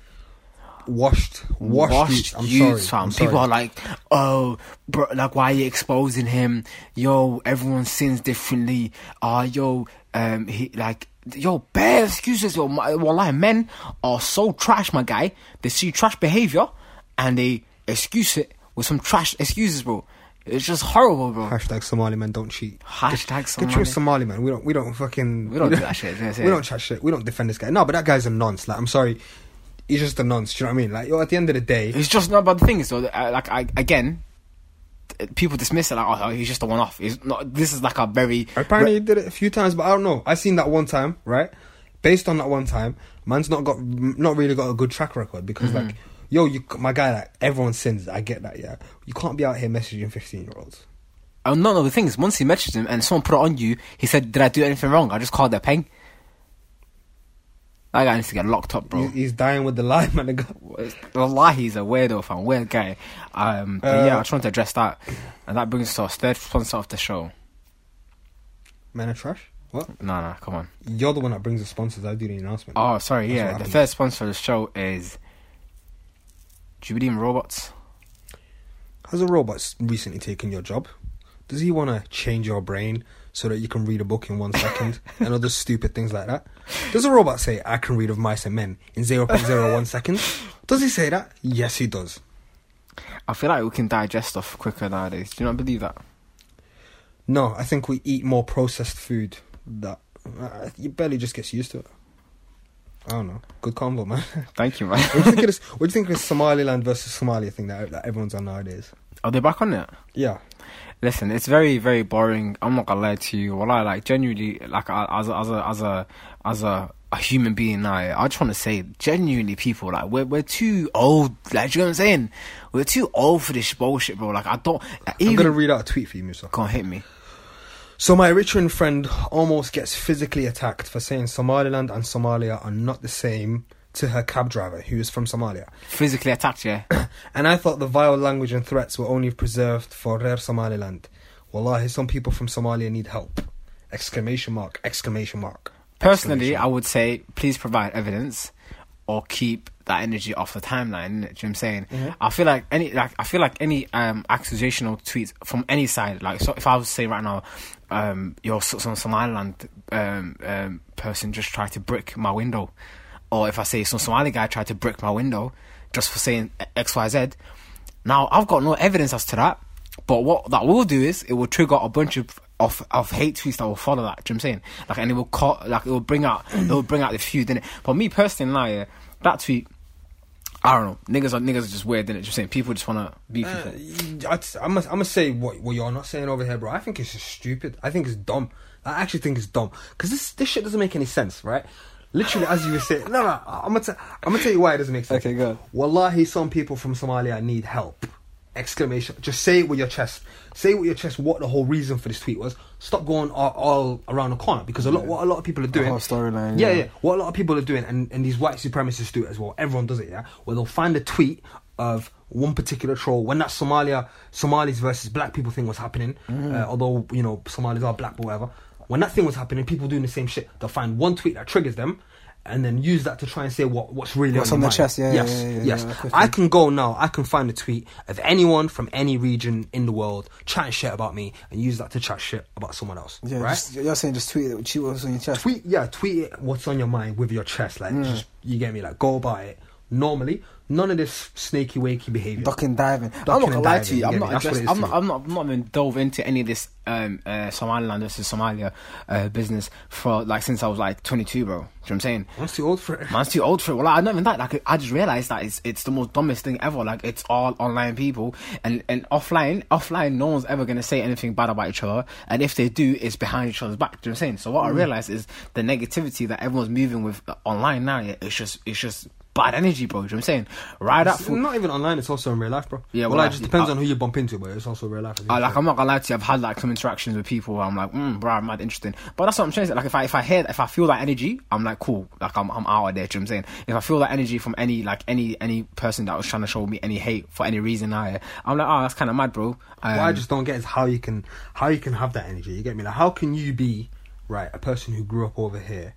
washed, washed, youths. I'm sorry. youths, fam. I'm sorry. People are like, oh, bro, like, why are you exposing him? Yo, everyone sins differently. Ah, yo, um, he, like, yo, bare excuses. Yo, my, well, like, men are so trash, my guy. They see trash behavior and they excuse it with some trash excuses, bro. It's just horrible, bro. Hashtag Somali man don't cheat. Hashtag Get you a Somali. Somali man. We don't. We don't fucking. We don't do that shit. We don't chat shit. We don't defend this guy. No, but that guy's a nonce. Like I'm sorry, he's just a nonce. Do you know what I mean? Like yo, at the end of the day, It's just not. But the thing is, though, that, uh, like I again, t- people dismiss it like, oh, he's just a one-off. He's not. This is like a very Apparently he did it a few times, but I don't know. I seen that one time, right? Based on that one time, man's not got not really got a good track record because Mm-hmm. like, yo, you my guy, like everyone sins. I get that, yeah. You can't be out here messaging fifteen year olds. Oh, no, no, the thing is, once he messaged him and someone put it on you, he said, Did I do anything wrong? I just called their peng. That guy needs to get locked up, bro. He's, he's dying with the lie, man. The guy- Allah, he's a weirdo, fam. Weird guy. Um, but Uh, yeah, I just wanted to address that. And that brings us to our third sponsor of the show. Man, are trash. What? Nah, nah, come on. You're the one that brings the sponsors. I do the announcement. Oh, sorry, That's what yeah. The happened. third sponsor of the show is Jubilee Robots. Has a robot s- recently taken your job? Does he want to change your brain so that you can read a book in one second and other stupid things like that? Does a robot say, I can read of mice and men in 0.01 seconds? Does he say that? Yes, he does. I feel like we can digest stuff quicker nowadays. Do you not believe that? No, I think we eat more processed food that uh, you barely just gets used to it. I don't know. Good combo, man. Thank you, man. what, do you think of this, what do you think of this Somaliland versus Somalia thing that, that everyone's on nowadays? Are they back on it? Yeah. Listen, it's very, very boring. I'm not gonna lie to you. Well, I like genuinely, like I- as a, as a as a as a, a human being, now, I just want to say, genuinely, people like we're we're too old. Like, do you know what I'm saying? We're too old for this bullshit, bro. Like, I don't. Like, I'm even going to read out a tweet for you, Musa. can't hit me. So my Eritrean friend almost gets physically attacked for saying Somaliland and Somalia are not the same to her cab driver who is from Somalia. Physically attacked, yeah. And I thought the vile language and threats were only preserved for rare Somaliland. Wallahi, some people from Somalia need help. Exclamation mark, exclamation mark. Personally, exclamation. I would say please provide evidence or keep that energy off the timeline. innit? Do you know what I'm saying? I feel like any like I feel like any um accusational tweets from any side. Like so, if I was to say right now, um, your so- some Somaliland um um person just tried to brick my window, or if I say some Somali guy tried to brick my window. just for saying X Y Z. Now I've got no evidence as to that, but what that will do is it will trigger a bunch of of, of hate tweets that will follow that. Do you know what I'm saying? Like and it will call, like it will bring out it will bring out the feud in it. But me personally, now yeah, that tweet. I don't know. Niggas are niggas are just weird, innit? Just saying, people just wanna beat Uh, people. I, am gonna say what, what you're not saying over here, bro. I think it's just stupid. I think it's dumb. I actually think it's dumb because this this shit doesn't make any sense, right? Literally, as you were saying, no, no. I'm gonna t- I'm gonna tell you why it doesn't make sense. Okay, go on. Wallahi, some people from Somalia need help. Exclamation! Just say it with your chest. Say it with your chest. What the whole reason for this tweet was? Stop going all, all around the corner because a lot what a lot of people are doing. whole storyline, Yeah, yeah. yeah. What a lot of people are doing, and, and these white supremacists do it as well. Everyone does it, yeah. Where they'll find a tweet of one particular troll when that Somalia Somalis versus black people thing was happening. Mm. Uh, although you know Somalis are black, but whatever. When that thing was happening, people doing the same shit. They'll find one tweet that triggers them, and then use that to try and say what what's really What's on on their their mind. chest, yeah, yes, yeah, yeah, yeah, yes. yeah, that's I can go now. I can find a tweet of anyone from any region in the world chatting shit about me and use that to chat shit about someone else. Yeah, right? just, you're saying just tweet it with cheat what's on your chest. tweet yeah tweet it what's on your mind with your chest like just, you get me like go about it normally none of this snaky wakey behavior Ducking, diving. I'm not Ducking gonna and lie to diving, you. I'm yeah, not, that's what it addressed, is I'm, to not, you. I'm not. I'm not even dove into any of this um, uh, Somaliland versus Somalia uh, business for like since I was like 22, bro. Do you know what I'm saying? I'm too old for it Man's too old for it. Well, like, I know even that. Like, I just realized that it's it's the most dumbest thing ever. Like, it's all online people, and and offline, offline, no one's ever gonna say anything bad about each other. And if they do, it's behind each other's back. Do you know what I'm saying? So what I realized is the negativity that everyone's moving with online now. yeah, It's just it's just bad energy, bro. Do you know what I'm saying? Ride up It's for. not even online it's also in real life bro Yeah, well, well, it just I- depends I- on who you bump into but it's also real life I think I, so. Uh, like I'm not gonna lie to you, I've had like some interactions with people where I'm like, mm, bro, I'm mad interesting. But that's what I'm trying to say. Like if I if I hear if I feel that energy, I'm like cool. Like I'm I'm out of there, do you know what I'm saying? If I feel that energy from any like any any person that was trying to show me any hate for any reason I I'm like, oh that's kinda mad, bro. Um, what I just don't get is how you can how you can have that energy. You get me? Like how can you be right a person who grew up over here,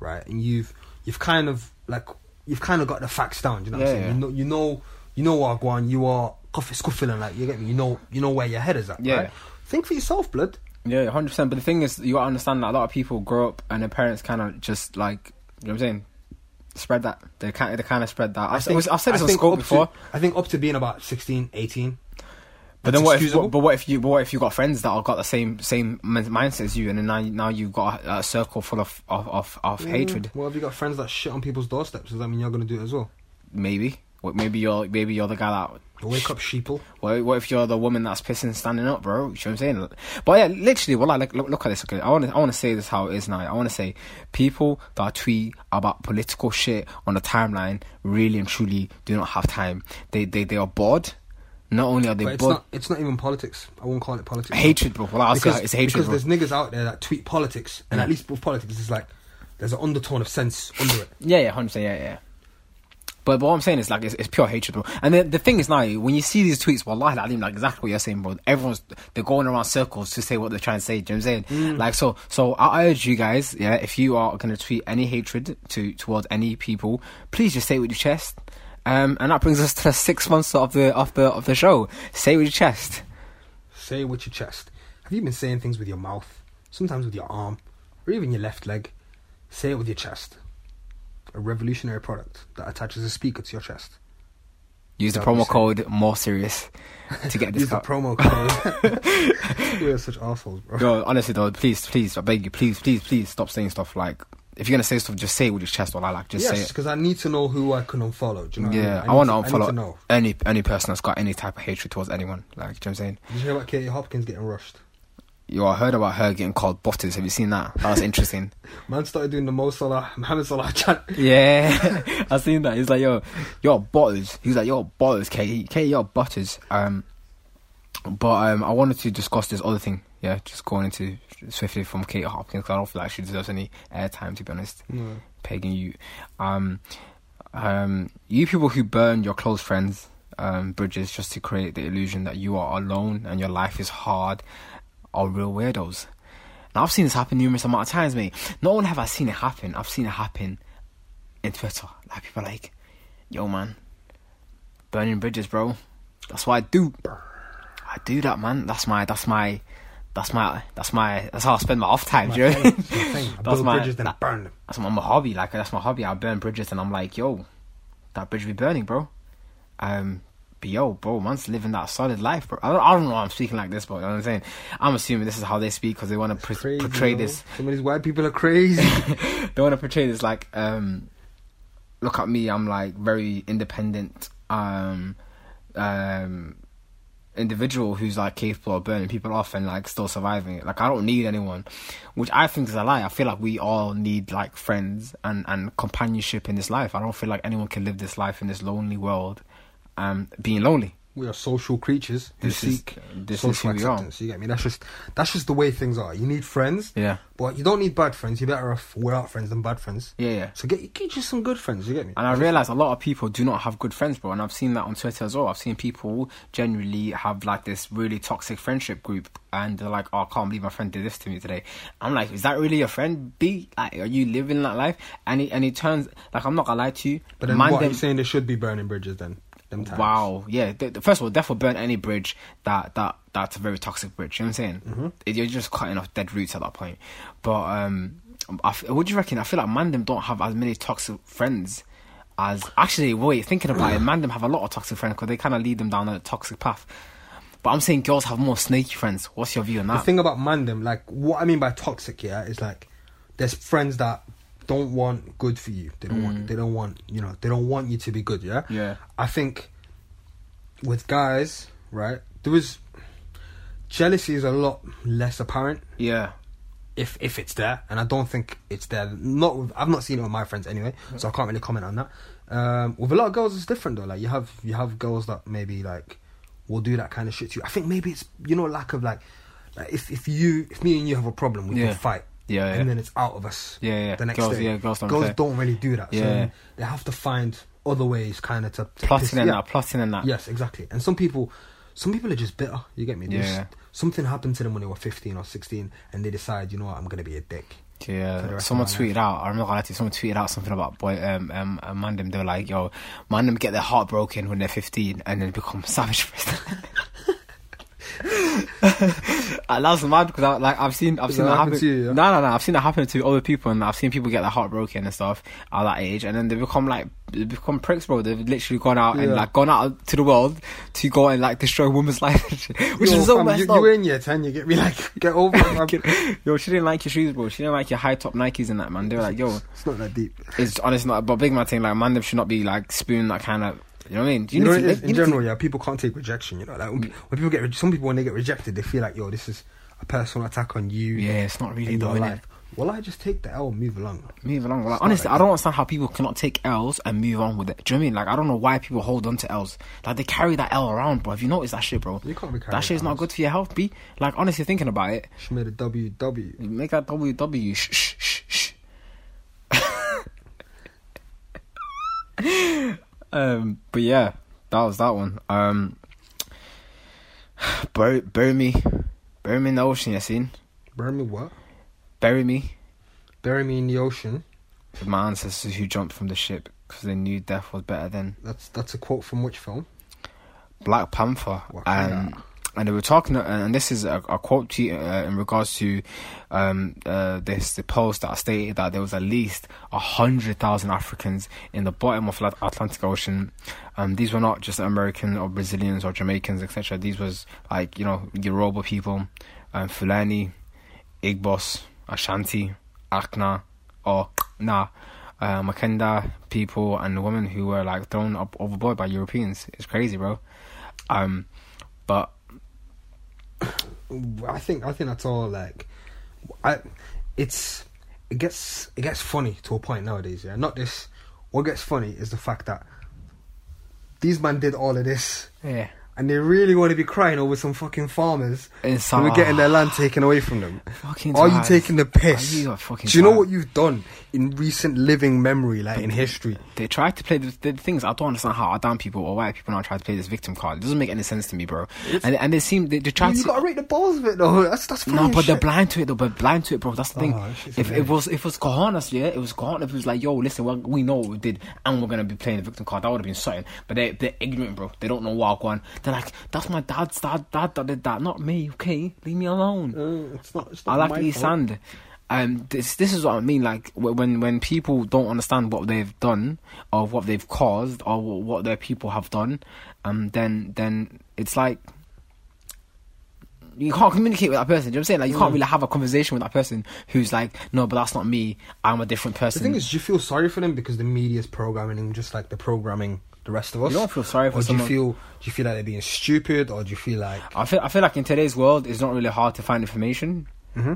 right? And you've you've kind of like you've kind of got the facts down. Do you know what I'm Yeah, saying? You know you know you know what Guan, you are coffee scuffling like you get me. You know you know where your head is at. Yeah. Right? Think for yourself, blood. Yeah, hundred percent. But the thing is you gotta understand that a lot of people grow up and their parents kinda just like you know what I'm saying? Spread that. They kind they kinda spread that. I've, think- I've said this I on think school up to- before. I think up to being about 16, 18. But That's then what if, excusable. what, but what if you but what if you got friends that have got the same same min- mindset as you, and then now you- now you've got a, a circle full of of of, of Mm. hatred. Well, have you got friends that shit on people's doorsteps? Does that mean you're gonna do it as well? Maybe what maybe you're maybe you're the guy that. Wake up, sheeple. What, what if you're the woman that's pissing standing up, bro? You know what I'm saying? But yeah, literally, well, like, look, look at this. Okay, I want to I want to say this how it is now. I want to say people that tweet about political shit on the timeline really and truly do not have time. They they they are bored. Not only are they But it's bored, not. It's not even politics. I won't call it politics. hatred, bro. Well, I'll say because, it's hatred. because bro. Mm. there's niggas out there that tweet politics, and Yeah. at least with politics, it's like there's an undertone of sense under it. Yeah, yeah, hundred percent. Yeah, yeah. But, but what I'm saying is like it's, it's pure hatred, bro. And the, the thing is now, when you see these tweets, wallahi, I mean, like exactly what you're saying, bro. Everyone's they're going around circles to say what they're trying to say. Do you know what I'm saying? Mm. Like so, so I urge you guys, yeah, if you are going to tweet any hatred to towards any people, please just say it with your chest. Um, and that brings us to the six months of the of the of the show. Say it with your chest. Say it with your chest. Have you been saying things with your mouth? Sometimes with your arm, or even your left leg. Say it with your chest. A revolutionary product that attaches a speaker to your chest. Use the That'd be promo code more serious to get a Use the discount. promo code. we are such assholes, bro. Yo, honestly though, please, please, I beg you, please, please, please stop saying stuff like if you're gonna say stuff, just say it with your chest or like, like just Yes, say it. because I need to know who I can unfollow. Do you know? what Yeah, I, mean? I, want need to I need to unfollow know. any any person that's got any type of hatred towards anyone. Like, do you know what I'm saying? Did you hear about Katie Hopkins getting rushed? Yo, I heard about her getting called butters. Have you seen that? That was interesting. Man started doing the Mo Salah, Mohamed Salah chant. yeah, I seen that. He's like, yo, you're butters. He's like, you're butters, Katie. Katie, you're E, butters. Um, but um, I wanted to discuss this other thing. Yeah, just going into swiftly from Kate Hopkins. 'cause I don't feel like she deserves any airtime, to be honest. pegging you. Um, um, you people who burn your close friends' um, bridges just to create the illusion that you are alone and your life is hard are real weirdos. Now I've seen this happen numerous amount of times, mate. Not only have I seen it happen, I've seen it happen in Twitter. Like people are like, "Yo, man, burning bridges, bro. That's what I do. I do that, man. That's my. That's my." That's my, that's my, that's how I spend my off time. My do you know? talent, it's my thing. I That's build my- bridges, then I that- burn them. that's my, my hobby. Like that's my hobby. I burn bridges, and I'm like, yo, that bridge be burning, bro. Um, but yo, bro, man's living that solid life, bro. I don't, I don't know why I'm speaking like this, but you know what I'm saying? I'm assuming this is how they speak because they want to pr- Crazy, portray yo. this. Some of these white people are crazy. they want to portray this like, um, look at me, I'm like very independent, um, um, individual who's like capable of burning people off and like still surviving it. Like I don't need anyone, which I think is a lie. I feel like we all need like friends and and companionship in this life. I don't feel like anyone can live this life in this lonely world, um, being lonely. we are social creatures who This is- uh, seek this is social who we are. acceptance. You get me? That's just that's just the way things are. You need friends, Yeah, but you don't need bad friends. You're better off without friends than bad friends. yeah, yeah. So get get you some good friends. You get me? And I realize a lot of people do not have good friends, bro. And I've seen that on Twitter as well. I've seen people generally have like this really toxic friendship group, and they're like, "Oh, I can't believe my friend did this to me today." I'm like, "Is that really your friend? B? Like, are you living that life?" And it and it turns like I'm not gonna lie to you. But then man what are them- you saying? They should be burning bridges then. Them times. Wow. Yeah. Th- th- First of all, definitely burn any bridge that that that's a very toxic bridge. You know what I'm saying? Mm-hmm. It- You're just cutting off dead roots at that point. But um, I f- what do you reckon? I feel like Mandem don't have as many toxic friends as actually. Wait, thinking about it, Mandem have a lot of toxic friends because they kind of lead them down a toxic path. But I'm saying girls have more snaky friends. What's your view on The that? thing about man them, like what I mean by toxic, yeah, is like there's friends that don't want good for you. They don't want. They don't want. You know. They don't want you to be good. Yeah. Yeah. I think with guys, right, there is jealousy is a lot less apparent yeah. if if it's there, and I don't think it's there. Not with, I've not seen it with my friends anyway, so I can't really comment on that. Um, with a lot of girls, it's different though. Like you have you have girls that maybe like will do that kind of shit to you. I think maybe it's you know lack of like like if if you if me and you have a problem, we Yeah. can fight. Yeah, yeah. and then it's out of us. Yeah, yeah. The next Girls- day, yeah, girls don't care. really do that. So Yeah. then they have to find other ways, kind of to, to piss- Plotting and yeah. that. Plotting and that. Yes, exactly. And some people, some people are just bitter. You get me? They Yeah. Just, something happened to them when they were fifteen or sixteen, and they decide, you know what, I'm gonna be a dick. For the Yeah, rest uh, someone of my tweeted out. I'm not gonna lie to you. Someone tweeted out something about boy, um, um, um, man them. They were like, "Yo, man them get their heart broken when they're 15 and then become savage." for it." and that's mad because I, like I've seen I've Does seen that that happen happen. to you, yeah? No, no, no. I've seen that happen to other people, and I've seen people get their heart broken and stuff at that age, and then they become like they become pricks, bro. They've literally gone out and Yeah. like gone out to the world to go and like destroy a woman's life, and shit, which Yo, is so fam, messed you, up. you in year ten, you get me? Like, get over it. man. Yo, she didn't like your shoes, bro. She didn't like your high top Nikes and that, man. They were like, yo, It's not that deep. it's honestly not. But big man thing, like man, them should not be like spooning that kind of. You know what I mean? You, know, need it to- is, you in need to- Mm. general, yeah, people can't take rejection. You know, like when, pe- when people get re- some people when they get rejected, they feel like, yo, this is a personal attack on you. yeah, it's not really in though. your innit? life. Well, I just take the L, and move along. Move along. Like, not honestly, like I don't understand how people cannot take L's and move on with it. Do you know what I mean? Like, I don't know why people hold on to L's. Like, they carry that L around, bro. Have you noticed that shit, bro? You can't be carrying That shit is not Ls. good for your health, B. Like, honestly, thinking about it, She made a W W. make that WW. Shh, shh, shh, shh. um, but yeah, that was that one. Um, bury, bury me, bury me in the ocean. You seen? Bury me what? Bury me Bury me in the ocean. with my ancestors who jumped from the ship because they knew death was better than That's that's a quote from which film? Black Panther. Wakanda. Um, and they were talking, and this is a, a quote to you, uh, in regards to um, uh, this the post that stated that there was at least hundred thousand Africans in the bottom of the Atlantic Ocean. Um, these were not just American or Brazilians or Jamaicans, etc. These was like you know Yoruba people, um, Fulani, Igbos, Ashanti, Akna, or Na, uh, Makenda people, and women who were like thrown up overboard by Europeans. It's crazy, bro. Um, but I think I think that's all. Like, I, it's it gets it gets funny to a point nowadays. Yeah, not this. What gets funny is the fact that these men did all of this, yeah, and they really want to be crying over some fucking farmers it's who are getting their land taken away from them. fucking. Are you tired. taking the piss? Are you a fucking Do you know tired? what you've done in recent living memory, like in history? They try to play the, the things. I don't understand how our damn people or white people now try to play this victim card. It doesn't make any sense to me, bro. And and they seem they, they try You to. gotta rate the balls of it though. That's that's funny. No, as but they're shit. blind to it though. But blind to it, bro. That's the thing. Oh, that shit's if it hilarious. was, if it was cojones, yeah, it was cojones. If it was like, yo, listen, well, we know what we did, and we're gonna be playing the victim card. That would have been something. But they, they're ignorant, bro. They don't know what going. They're like, that's my dad's dad. Dad that did that, not me. Okay, leave me alone. Uh, it's not. It's not I like my to eat fault. sand. um, this this is what I mean. Like wh- when when people don't understand what they've done or what they've caused or wh- what their people have done, um, then then it's like you can't communicate with that person. Do you know what I'm saying? Like you Mm. can't really have a conversation with that person who's like, no, but that's not me. I'm a different The person. thing is, do you feel sorry for them because the media's programming them just like they're programming the rest of us? don't feel sorry for or someone- do you feel do you feel like they're being stupid, or do you feel like I feel I feel like in today's world, it's not really hard to find information.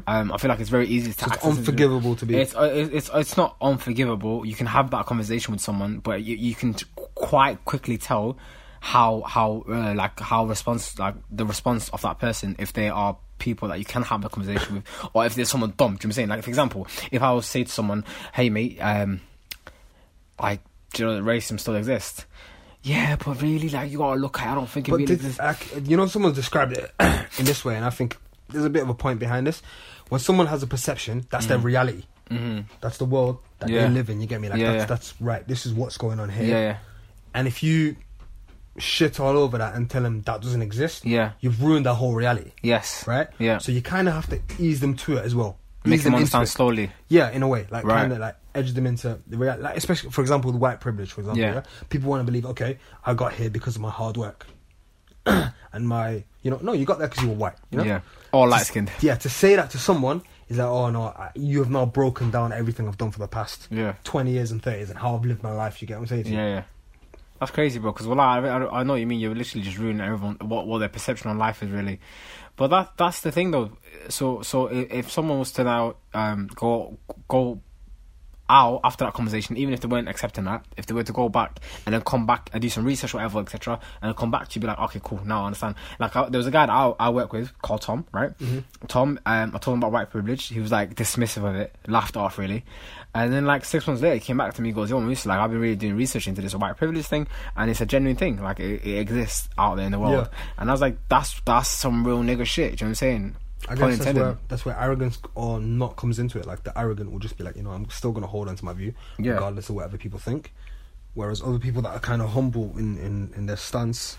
Um, I feel like it's very easy to. Mm-hmm. it's access it. unforgivable to be? It's uh, it- it's it's not unforgivable. You can have that conversation with someone, but you, you can t- quite quickly tell how how uh, like how response like the response of that person if they are people that you can have a conversation with, or if there's someone dumb. Do you know what I'm saying? Like for example, if I was to say to someone, "Hey mate, um, like do you know that racism still exists?" Yeah, but really, like you gotta look at. it. I don't think it But really did- exists. ac- you know, someone's described it in this way, and I think there's a bit of a point behind this. When someone has a perception, that's their reality. Mhm. That's the world that Mm. Yeah. they live in. You get me? Like Yeah, that's, yeah. that's right. This is what's going on here. yeah. yeah. And if you shit all over that and tell them that doesn't exist, Yeah. you've ruined that whole reality, Yes. right? Yeah. So you kind of have to ease them to it as well. Make Ease them into understand it. slowly. Yeah, in a way, like Right. kind of like edge them into the reality. Like, especially, for example, with white privilege. For example, Yeah. yeah. people want to believe, okay, I got here because of my hard work and my, you know, no, you got there because you were white. You know? Yeah. Or light skinned. Yeah, to say that to someone is like, oh no, I, you have now broken down everything I've done for the past Yeah. twenty years and thirty years and how I've lived my life. You get what I'm saying? to you? Yeah, yeah. That's crazy, bro. Because well, I, I, I know what you mean. You're literally just ruining everyone what what their perception on life is really. But that that's the thing though. So so i- if someone was to now um go go out after that conversation, even if they weren't accepting that, if they were to go back and then come back and do some research, whatever, etc., and then come back to you, be like, okay, cool, now I understand. Like I, there was a guy that I, I work with called Tom, right? Mm-hmm. Tom, um, I told him about white privilege. He was like dismissive of it, laughed it off really, and then like six months later, he came back to me, he goes, yo, Musa, like I've been really doing research into this white privilege thing, and it's a genuine thing, like it, it exists out there in the world. Yeah. And I was like, that's that's some real nigga shit. Do you know what I'm saying? I Pun guess that's intended. where, that's where arrogance or not comes into it. Like the arrogant will just be like, you know, I'm still going to hold on to my view, Yeah. regardless of whatever people think. Whereas other people that are kind of humble in, in, in their stance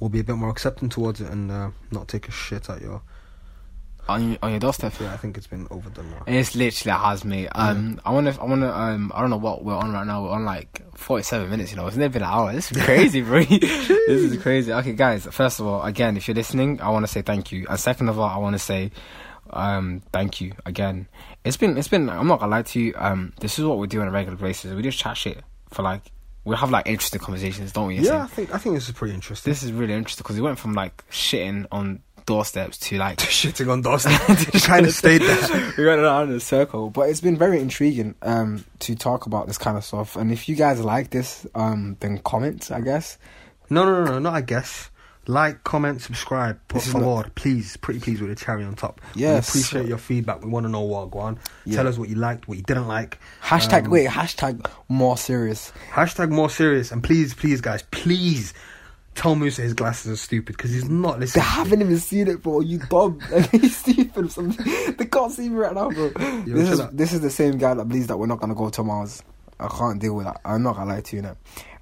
will be a bit more accepting towards it and uh, not take a shit at your. on, your- on your doorstep. Yeah, I think it's been overdone now. It's literally has me. Um, I wanna, I wanna, um, I don't know what we're on right now. We're on like forty-seven minutes. You know, it's never been an hour. This is crazy, bro. this is crazy. Okay, guys. First of all, again, if you're listening, I want to say thank you. And second of all, I want to say, um, thank you again. It's been, it's been. I'm not gonna lie to you. Um, this is what we do on a regular basis. We just chat shit for like. We have like interesting conversations, don't we? Yeah, I think I think this is pretty interesting. This is really interesting because we went from like shitting on doorsteps to like Shitting on Dawson kind of stayed there. we went around in a circle, but it's been very intriguing um, to talk about this kind of stuff. And if you guys like this, um, then comment, I guess. No, no, no, no, not I guess. Like, comment, subscribe, por This is not- favor, please, pretty please with a cherry on top. Yes. We appreciate your feedback. We want to know what, go on. Yeah. Tell us what you liked, what you didn't like. Hashtag Um, wait, hashtag more serious. Hashtag more serious. And please, please, guys, please tell Musa his glasses are stupid because he's not They listening. haven't even seen it, bro. You dumb, you stupid. or something. They can't see me right now, bro. this chill is out. this is the same guy that believes that we're not gonna go to Mars. I can't deal with that. I'm not gonna lie to you now.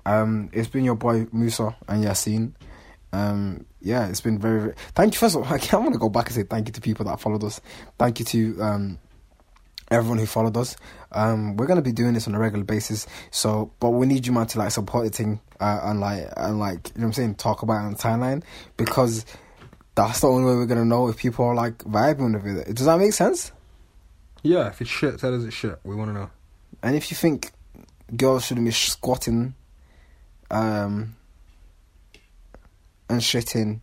Um, it's been your boy Musa and Yassine. Um, yeah, it's been very, very. Thank you first of all. I want to go back and say thank you to people that followed us. Thank you to um everyone who followed us. Um, we're gonna be doing this on a regular basis. So, but we need you man to like support the thing uh, and like and like you know what I'm saying. Talk about it on the timeline because that's the only way we're gonna know if people are like vibing with it. Does that make sense? Yeah, if it's shit, tell us it's shit. We want to know. And if you think girls shouldn't be squatting, um, and shitting,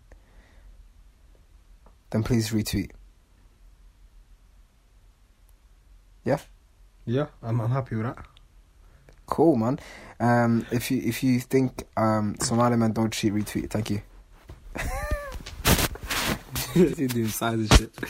then please retweet. Yeah. Yeah, I'm, I'm happy with that. Cool, man. Um, if you if you think um, Somali men don't cheat, retweet. Thank you.